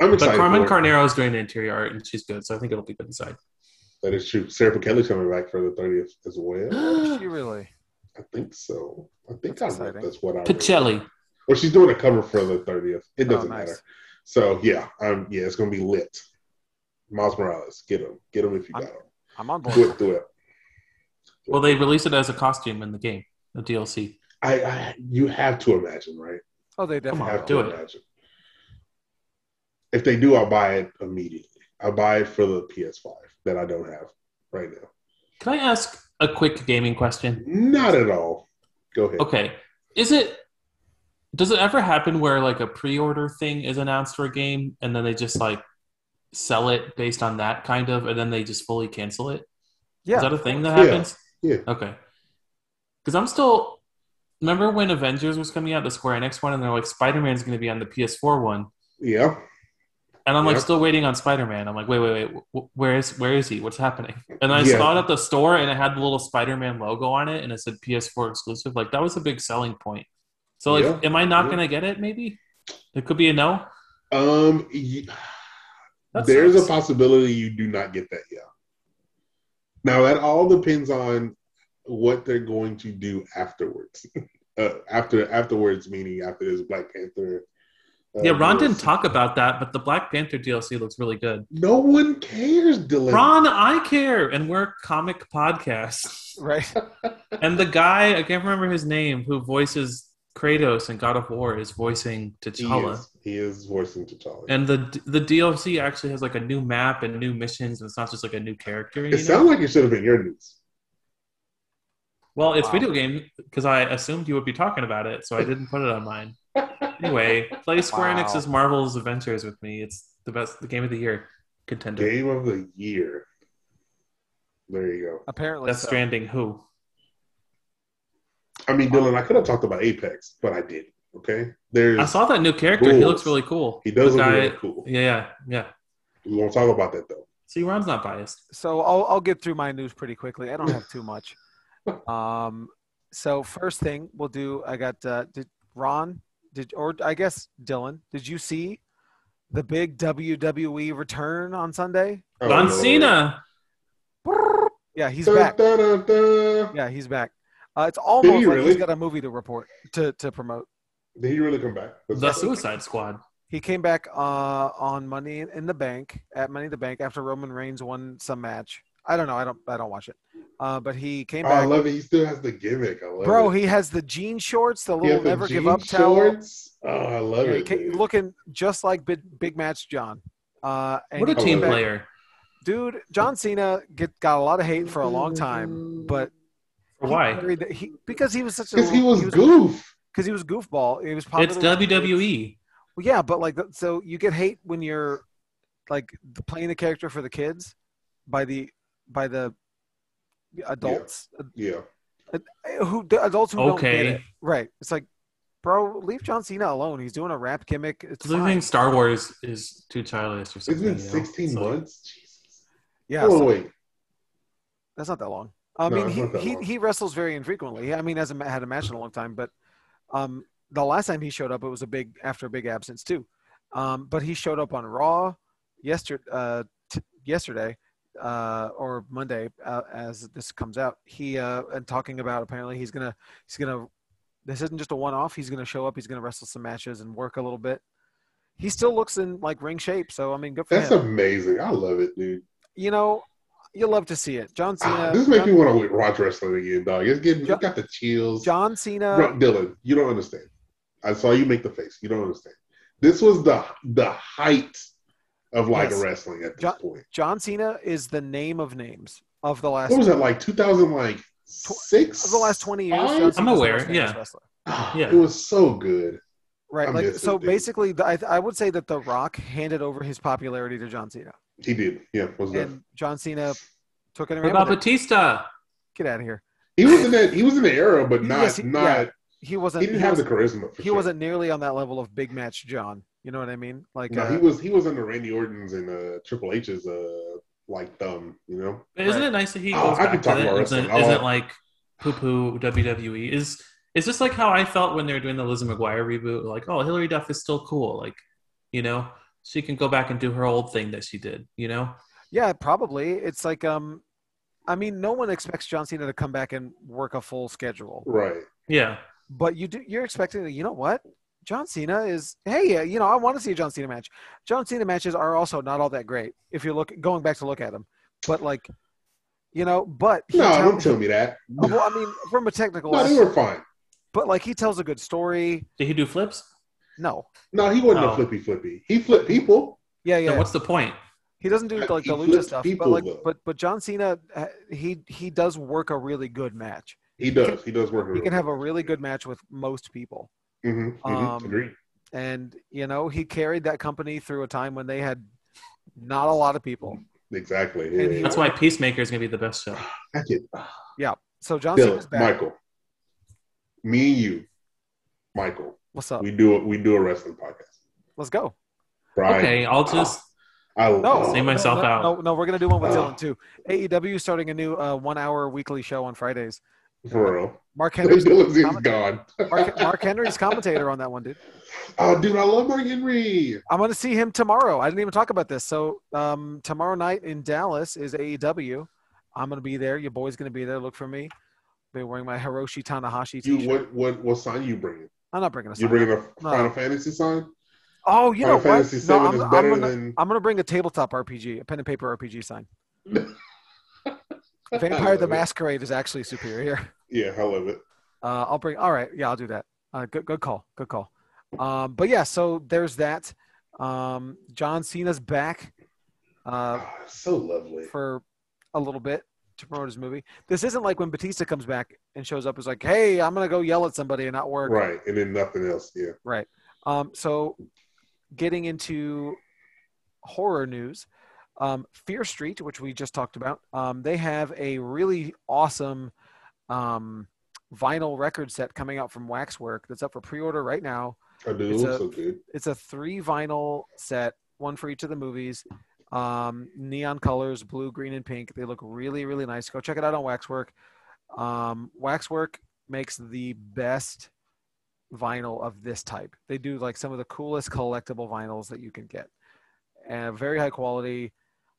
I'm But excited. Carmen for it. Carnero is doing the interior art, and she's good, so I think it'll be (gasps) good inside. (gasps) that is true. Sarah Kelly coming back for the 30th as well. Is she really? I think so. I think That's I exciting. read that's what I. read. Pacelli. Well, she's doing a cover for the 30th. It doesn't oh, nice. matter. So yeah, um, yeah, it's gonna be lit. Miles Morales, get him, get him if you got I'm- him. I'm on Do board. it, do it. Well, they released it as a costume in the game, the DLC. I, I, you have to imagine, right? Oh, they Come on, definitely. have will. do to it. imagine. If they do, I'll buy it immediately. I'll buy it for the PS5 that I don't have right now. Can I ask a quick gaming question? Not at all. Go ahead. Okay, is it? Does it ever happen where like a pre-order thing is announced for a game, and then they just like sell it based on that kind of, and then they just fully cancel it? Is Yeah. that a thing that Yeah. happens? Yeah. Okay. Because I'm still. Remember when Avengers was coming out, the Square Enix one, and they're like, Spider Man's going to be on the PS4 one. Yeah. And I'm like, Yep. still waiting on Spider Man. I'm like, wait, wait, wait. wh- Where is where is he? What's happening? And I Yeah. saw it at the store, and it had the little Spider Man logo on it, and it said PS4 exclusive. Like, that was a big selling point. So, like, Yeah. am I not Yeah. going to get it, maybe? It could be a no. Um. y- That there's sucks. a possibility you do not get that. Yeah. Now that all depends on what they're going to do afterwards. (laughs) uh, after afterwards, meaning after this Black Panther. uh, Yeah, Ron didn't DLC. talk about that, but the Black Panther DLC looks really good. No one cares, Dylan. Ron, I care, and we're a comic podcast. (laughs) Right. And the guy, I can't remember his name, who voices Kratos in God of War is voicing He T'Challa. is, he is voicing T'Challa. And the the DLC actually has like a new map and new missions, and it's not just like a new character. You It know? sounds like it should have been your news. Well, it's Wow. video game because I assumed you would be talking about it, so I didn't put it (laughs) on mine. Anyway, play Square Wow. Enix's Marvel's Adventures with me. It's the best, the game of the year contender. Game of the year. There you go. Apparently, Death so. Stranding, who? I Oh. mean, Dylan, I could have talked about Apex, but I didn't. Okay, there's I saw that new character. He Ghouls. looks really cool. he does The look guy- really cool. Yeah, yeah, yeah. We won't talk about that though. See, Ron's not biased. so I'll, I'll get through my news pretty quickly. I don't have too much. Um, so first thing we'll do, I got uh, did Ron did or I guess Dylan, did you see the big WWE return on Sunday? Oh, John Lord. Cena. Brrr. Yeah, he's Dun, back. dun, dun, dun. Yeah, he's back. Uh, it's almost like he's really? got a movie to report to to promote. Did he really come back? That's The awesome. Suicide Squad. He came back uh, on Money in the Bank at Money in the Bank after Roman Reigns won some match. I don't know. I don't. I don't watch it. Uh, but he came Oh, I back, love it. He still has the gimmick. I love bro. it. He has the jean shorts, the He little has the never give jean up towel. shorts. Oh, I love Yeah, he it. ca- dude. looking just like Big, Big Match John. Uh, and What a he- team that. player. dude! John Cena get, got a lot of hate for a long time, but he Why? carried the- he- because he was such a because he little- was goof. because he was goofball. He was popular. It's E. with the kids. WWE. Well, yeah, but like, th- so you get hate when you're like th- playing the character for the kids by the by the adults Yeah, Uh, who the adults who don't Okay. get it. Right? It's like, bro, leave John Cena alone. He's doing a rap gimmick. It's Do you fine. think Star Wars is too childish or it's something? been you know? 16 So- months. Jesus. Yeah, Oh so wait, that's not that long. I No, mean, it's not he, that he, long. he wrestles very infrequently. I mean, hasn't had a match in a long time, but um, the last time he showed up, it was a big after a big absence too. Um, but he showed up on Raw yesterday, uh, t- yesterday uh, or Monday, uh, as this comes out. He uh, and talking about apparently he's gonna he's gonna this isn't just a one off. He's gonna show up. He's gonna wrestle some matches and work a little bit. He still looks in like ring shape, so I mean, good for that's him. amazing. I love it, dude. you know, you love to see it. John Ah, Cena. this makes John- me want to watch wrestling again, dog. It's getting, Jo- it got the chills. John uh, Cena. Bro, Dylan, you don't understand. I saw you make the face. You don't understand. This was the the height of like Yes. wrestling at this Jo- point. John Cena is the name of names of the last What was that like? 2000 like six of the last twenty years. John Five? Cena's the aware, most famous yeah. wrestler. Yeah. It was so good. right. I like miss it, so, dude. basically, the, I, I would say that The Rock handed over his popularity to John Cena, He did. Yeah, was good. and John Cena took it and What ran about with it. Batista? Get out of here. He was in that. He was in the era, but not Yes, he- not. He He wasn't. He, didn't have the wasn't, charisma. For he sure. wasn't nearly on that level of big match John. You know what I mean? Like No, uh, he was. He was under Randy Orton's and uh, Triple H's uh, like thumb. You know. But isn't Right. it nice that he Oh, goes I back could to talk it? about Isn't, wrestling. isn't Oh. like poo poo WWE? E? Is it's just like how I felt when they were doing the Liz McGuire reboot? Like, oh, Hillary Duff is still cool. Like, you know, she can go back and do her old thing that she did. You know, yeah, probably. It's like um, I mean, no one expects John Cena to come back and work a full schedule. Right. yeah. but you do you're expecting that you know what john cena is hey uh, you know i want to see a john cena match john cena matches are also not all that great if you're look going back to look at them but like you know but he No, tell- don't tell me that. Oh, well, i mean from a technical No, they aspect, were fine. but like he tells a good story Did he do flips? no No, he wasn't No. a flippy flippy. He flipped people. yeah Then yeah what's the point? he doesn't do like He the lucha flips stuff but people, like though. but but john cena uh, he he does work a really good match He does. He does work. he can have a really good match with most people Mm-hmm, hmm um, Agreed. and you know he carried that company through a time when they had not a lot of people Exactly. and he- Yeah. That's why Peacemaker is gonna be the best show. I get so john cena's Dylan, back Michael, me and you, Michael, what's up we do a, we do a wrestling podcast. let's go Brian, Okay, I'll just I no love See myself no, no, out. no no we're gonna do one with Ah. dylan too aew starting a new uh, one hour weekly show on fridays (laughs) for real. mark henry's, Dylan's he's comment- gone. mark, mark henry's commentator on that one dude Oh, dude, I love Mark Henry. i'm gonna see him tomorrow i didn't even talk about this so um, tomorrow night in dallas is aew i'm gonna be there your boy's gonna be there look for me be wearing my hiroshi tanahashi You t-shirt what what what sign you bringing? i'm not bringing a You sign. bringing a No. Final Fantasy sign? oh you know Final what Fantasy no, Seven I'm, is I'm better gonna, than I'm gonna bring a tabletop RPG, a pen and paper RPG sign. (laughs) Vampire the I love it. Masquerade is actually superior. Yeah, I love it. Uh, I'll bring. All right, yeah, I'll do that. Uh, good, good call. Good call. Um, but yeah, so there's that. Um, John Cena's back uh, Ah, so lovely. for a little bit. to promote his movie. This isn't like when Batista comes back and shows up. It's like, hey, I'm gonna go yell at somebody and not work. Right, and then nothing else. Yeah. Right. Um, so, getting into horror news, um, Fear Street, which we just talked about, um, they have a really awesome um, vinyl record set coming out from Waxwork that's up for pre-order right now. I do. It's It's a- so good. It's a three vinyl set, one for each of the movies. Um, neon colors, blue, green, and pink. They look really, really nice. Go check it out on Waxwork. Um, Waxwork makes the best vinyl of this type. They do like some of the coolest collectible vinyls that you can get, and very high quality,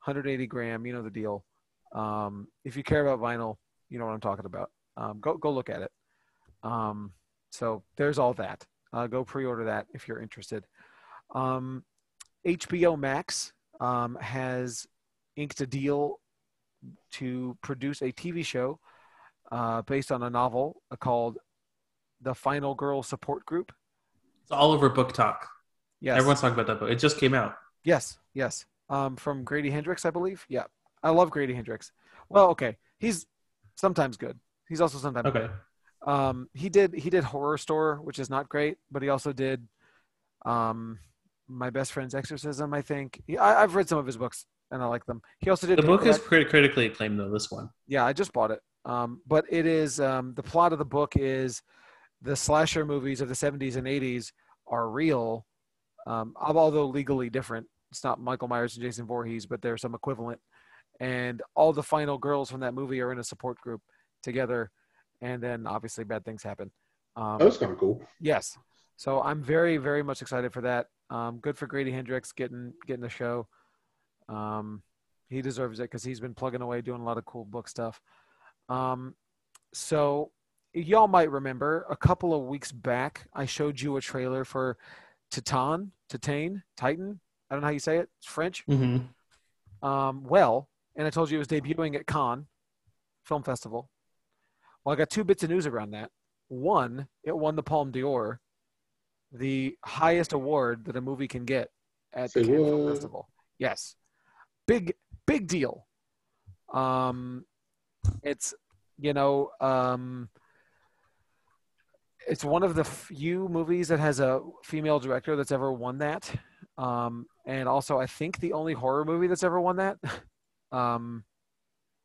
180 gram. You know the deal. Um, if you care about vinyl, you know what I'm talking about. Um, go go look at it. Um, so there's all that. Uh, go pre-order that if you're interested. Um, HBO Max um, has inked a deal to produce a TV show uh, based on a novel uh, called "The Final Girl Support Group." It's all over book talk. Yes, Everyone's talking about that book. It just came out. yes, yes. Um, from Grady Hendrix, I believe. Yeah, I love Grady Hendrix. Well, okay, he's sometimes good. He's also sometimes Okay. um he did he did horror store which is not great but he also did um my best friend's exorcism i think He- I, i've read some of his books and i like them he also did The book is Paperback- crit- critically acclaimed though. This one. yeah i just bought it um but it is um the plot of the book is the slasher movies of the 70s and 80s are real um although legally different it's not michael myers and jason Voorhees, but they're some equivalent and all the final girls from that movie are in a support group together and then obviously bad things happen um, That was kind of cool. Yes. So I'm very, very much excited for that. Um, good for Grady Hendrix getting getting the show. Um, he deserves it because he's been plugging away doing a lot of cool book stuff. Um, so y'all might remember a couple of weeks back, I showed you a trailer for Titan, Titan, Titan. I don't know how you say it. It's French. Mm-hmm. Um, well, and I told you it was debuting at Cannes Film Festival. Well, I got two bits of news around that. One, it won the Palme d'Or, the highest award that a movie can get at the Say Cannes Film what? Festival. Yes, big big deal. Um, it's you know um, it's one of the few movies that has a female director that's ever won that um, and also I think the only horror movie that's ever won that. (laughs) um,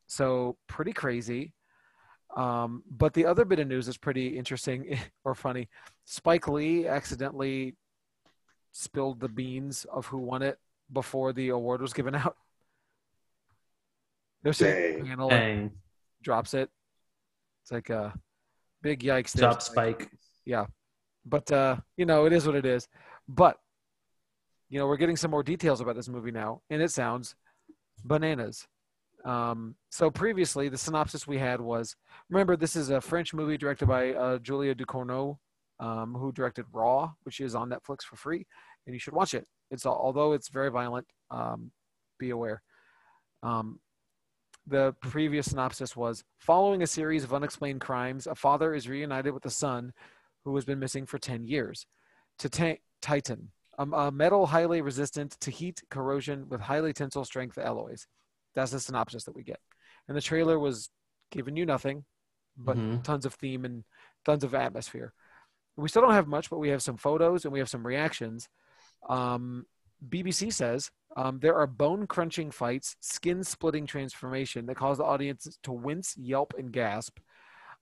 so pretty crazy. Um, but the other bit of news is pretty interesting (laughs) or funny. Spike Lee accidentally spilled the beans of who won it before the award was given out. They're saying Dang. the panel like, Dang. drops it. It's like a big yikes. there, Job Spike spike. but uh, you know it is what it is. But you know we're getting some more details about this movie now, and it sounds bananas. Um, so previously, the synopsis we had was: remember, this is a French movie directed by uh, Julia Ducournau, um, who directed Raw, which is on Netflix for free, and you should watch it. It's although it's very violent, um, be aware. Um, the previous synopsis was: following a series of unexplained crimes, a father is reunited with a son who has been missing for 10 years. Tita- Titan, um, a metal highly resistant to heat, corrosion, with highly tensile strength alloys. That's the synopsis that we get. And the trailer was giving you nothing, but Mhm. tons of theme and tons of atmosphere. We still don't have much, but we have some photos and we have some reactions. Um, BBC says um, there are bone crunching fights, skin splitting transformation that cause the audience to wince, yelp, and gasp.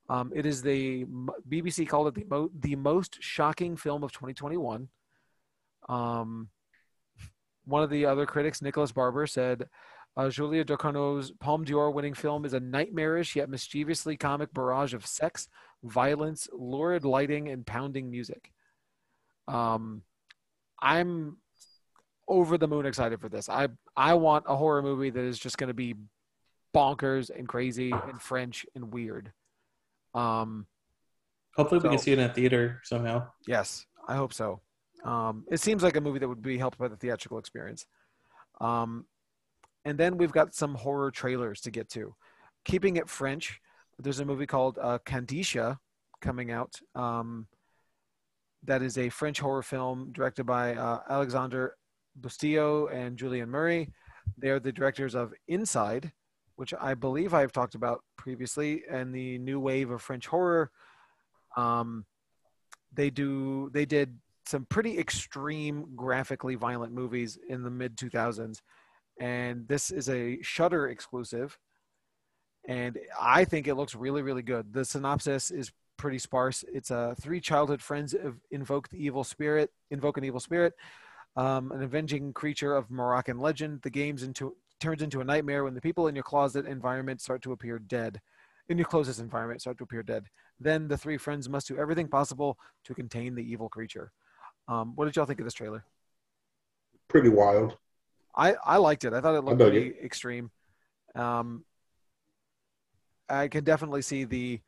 Um, it is the m- BBC called it the, mo- the most shocking film of 2021. Um, one of the other critics, Nicholas Barber, said uh, Julia Ducournau's Palme d'Or winning film is a nightmarish yet mischievously comic barrage of sex, violence, lurid lighting, and pounding music. Um, I'm over the moon excited for this. I I want a horror movie that is just going to be bonkers and crazy and French and weird. Um, Hopefully we can So- see it in a theater somehow. yes, I hope so. Um, it seems like a movie that would be helped by the theatrical experience. Um, and then we've got some horror trailers to get to. Keeping it French, there's a movie called uh, Candisha coming out. Um, that is a French horror film directed by uh, Alexander Bustillo and Julian Murray. They're the directors of Inside, which I believe I've talked about previously, and the new wave of French horror. Um, they do they did some pretty extreme graphically violent movies in the mid 2000s and this is a shutter exclusive and i think it looks really really good the synopsis is pretty sparse it's uh, three childhood friends of invoke the evil spirit invoke an evil spirit um, an avenging creature of moroccan legend the game's into turns into a nightmare when the people in your closet environment start to appear dead in your closest environment start to appear dead then the three friends must do everything possible to contain the evil creature um, what did y'all think of this trailer Pretty wild. I, I liked it. I thought it looked dug pretty extreme. Um, I can definitely see the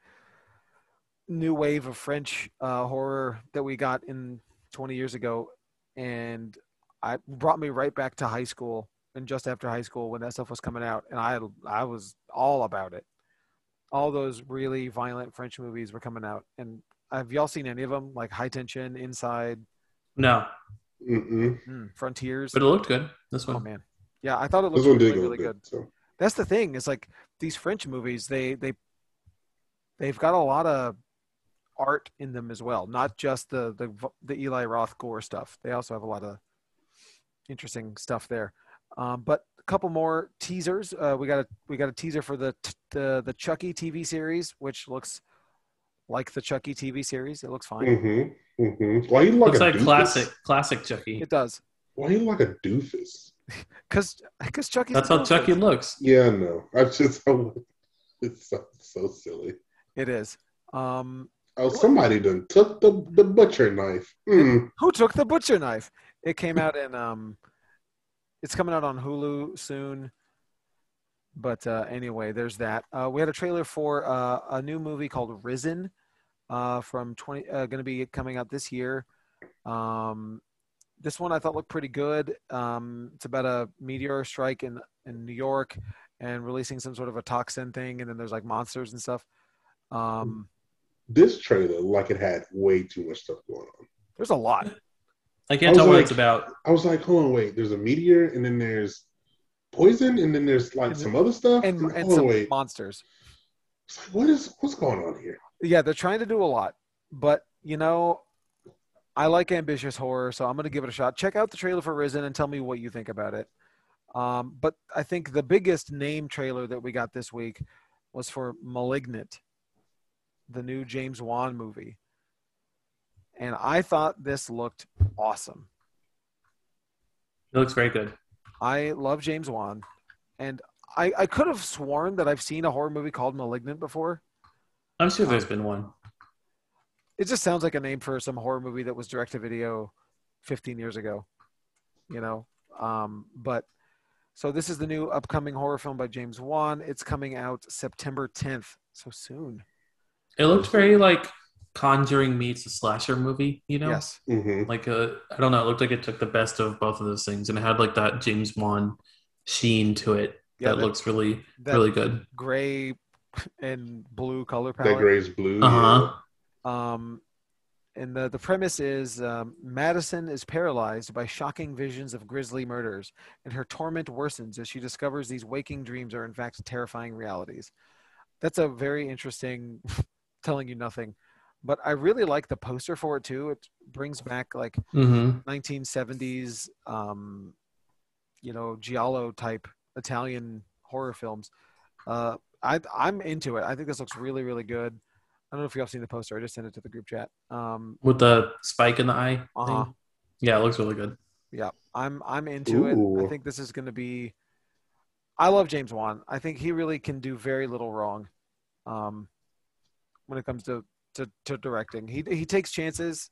new wave of French uh, horror that we got in 20 years ago, and I brought me right back to high school and just after high school when that stuff was coming out, and I I was all about it. All those really violent French movies were coming out, and have y'all seen any of them? Like High Tension, Inside, No, Mm-mm. mm, Frontiers. but uh, it looked good. This Oh one. man, yeah, I thought it This looked one did really, go really good. good. So That's the thing. It's like these French movies. They they they've got a lot of art in them as well. Not just the the the Eli Roth gore stuff. They also have a lot of interesting stuff there. Um, but a couple more teasers. Uh, we got a we got a teaser for the t- the the Chucky TV series, which looks like the Chucky TV series. It looks fine. Mm-hmm. Mm-hmm. Why you look Looks a like doofus? classic, classic Chucky. It does Why you look a doofus? because because Chucky's That's a how doofus. Chucky looks. Yeah, no. I just (laughs) it's so, so silly. It is. Um, Oh, somebody done took the the butcher knife. Mm. Who took the butcher knife? It came out in um, it's coming out on Hulu soon. But uh, anyway, there's that. Uh, we had a trailer for uh, a new movie called Risen, uh, from twenty, uh, going to be coming out this year. Um, this one I thought looked pretty good. Um, it's about a meteor strike in in New York, and releasing some sort of a toxin thing, and then there's like monsters and stuff. Um, This trailer, like it had way too much stuff going on. there's a lot. I I can't was tell what like- it's about. I was like, hold on, wait. There's a meteor, and then there's poison, and then there's like And- some other stuff. and, I'm like, and hold on, some wait. monsters. It's like, what is what's going on here? Yeah, they're trying to do a lot, but you know, I like ambitious horror, so I'm gonna give it a shot. Check out the trailer for Risen and tell me what you think about it. Um, but I think the biggest name trailer that we got this week was for *Malignant*, the new James Wan movie, and I thought this looked awesome. It looks very good. I love James Wan, and I, I could have sworn that I've seen a horror movie called *Malignant* before. I'm sure there's been one. it just sounds like a name for some horror movie that was direct to video 15 years ago you know um but so this is the new upcoming horror film by james wan it's coming out september 10th so soon It looked very like Conjuring meets a slasher movie. You know, yes Mm-hmm. like a, I don't know. It looked like it took the best of both of those things, and it had like that James Wan sheen to it yeah that, that, looks really, that really good. gray and blue color That palette gray's blue. Uh huh. um and the, the premise is um, Madison is paralyzed by shocking visions of grisly murders, and her torment worsens as she discovers these waking dreams are in fact terrifying realities. That's a very interesting, (laughs) telling you nothing. But I really like the poster for it too. It brings back like Mm-hmm. 1970s, um, you know, giallo type Italian horror films. Uh, I, I'm into it. I think this looks really, really good. I don't know if y'all seen the poster. I just sent it to the group chat. Um, With the spike in the eye. Uh-huh. Thing. Yeah, it looks really good. yeah, I'm I'm into it. I Ooh. think this is going to be. I love James Wan. I think he really can do very little wrong, um, when it comes to to, to directing. He he takes chances.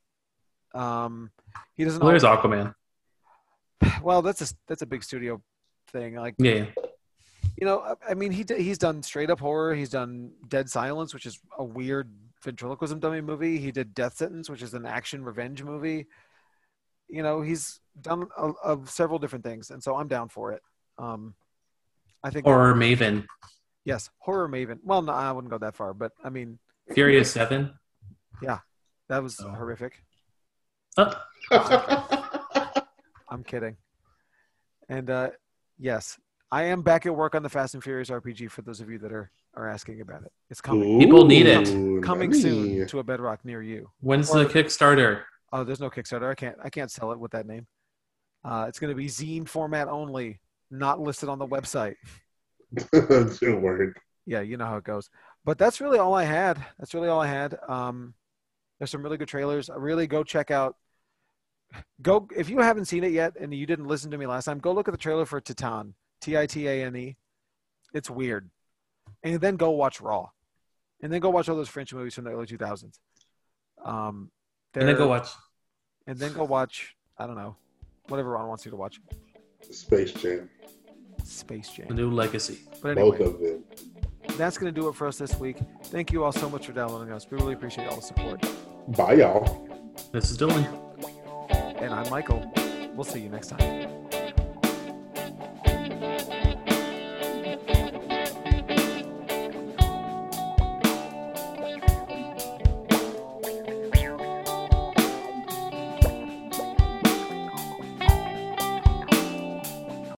Um, he doesn't. Well, always- there's Aquaman. well that's a that's a big studio thing like Yeah, yeah. you know I- i mean he d- he's done straight up horror he's done dead silence which is a weird ventriloquism dummy movie he did death sentence which is an action revenge movie you know he's done a, of several different things and so i'm down for it um i think Horror Maven. yes horror maven well no i wouldn't go that far but i mean Furious Seven. that was Oh. horrific Oh, I'm kidding. And uh, yes, I am back at work on the Fast and Furious RPG for those of you that are, are asking about it. It's (laughs) coming. People need it. Ooh, Coming nani. soon to a bedrock near you. When's the Kickstarter? Oh, there's no Kickstarter. I can't I can't sell it with that name. Uh, it's gonna be zine format only, not listed on the website. (laughs) Good word. yeah, you know how it goes. But that's really all I had. That's really all I had. Um, there's some really good trailers. Really, go check out. Go if you haven't seen it yet and you didn't listen to me last time. Go look at the trailer for Titan. T I T A N E. It's weird. And then go watch Raw, and then go watch all those French movies from the early 2000s. Um, And then they're- go watch. and then go watch. I don't know, whatever Ron wants you to watch. Space Jam. Space The Jam. New Legacy. But anyway. Both of them. that's going to do it for us this week. Thank you all so much for downloading us. We really appreciate all the support. Bye, y'all. This is Dylan. And I'm Michael. We'll see you next time.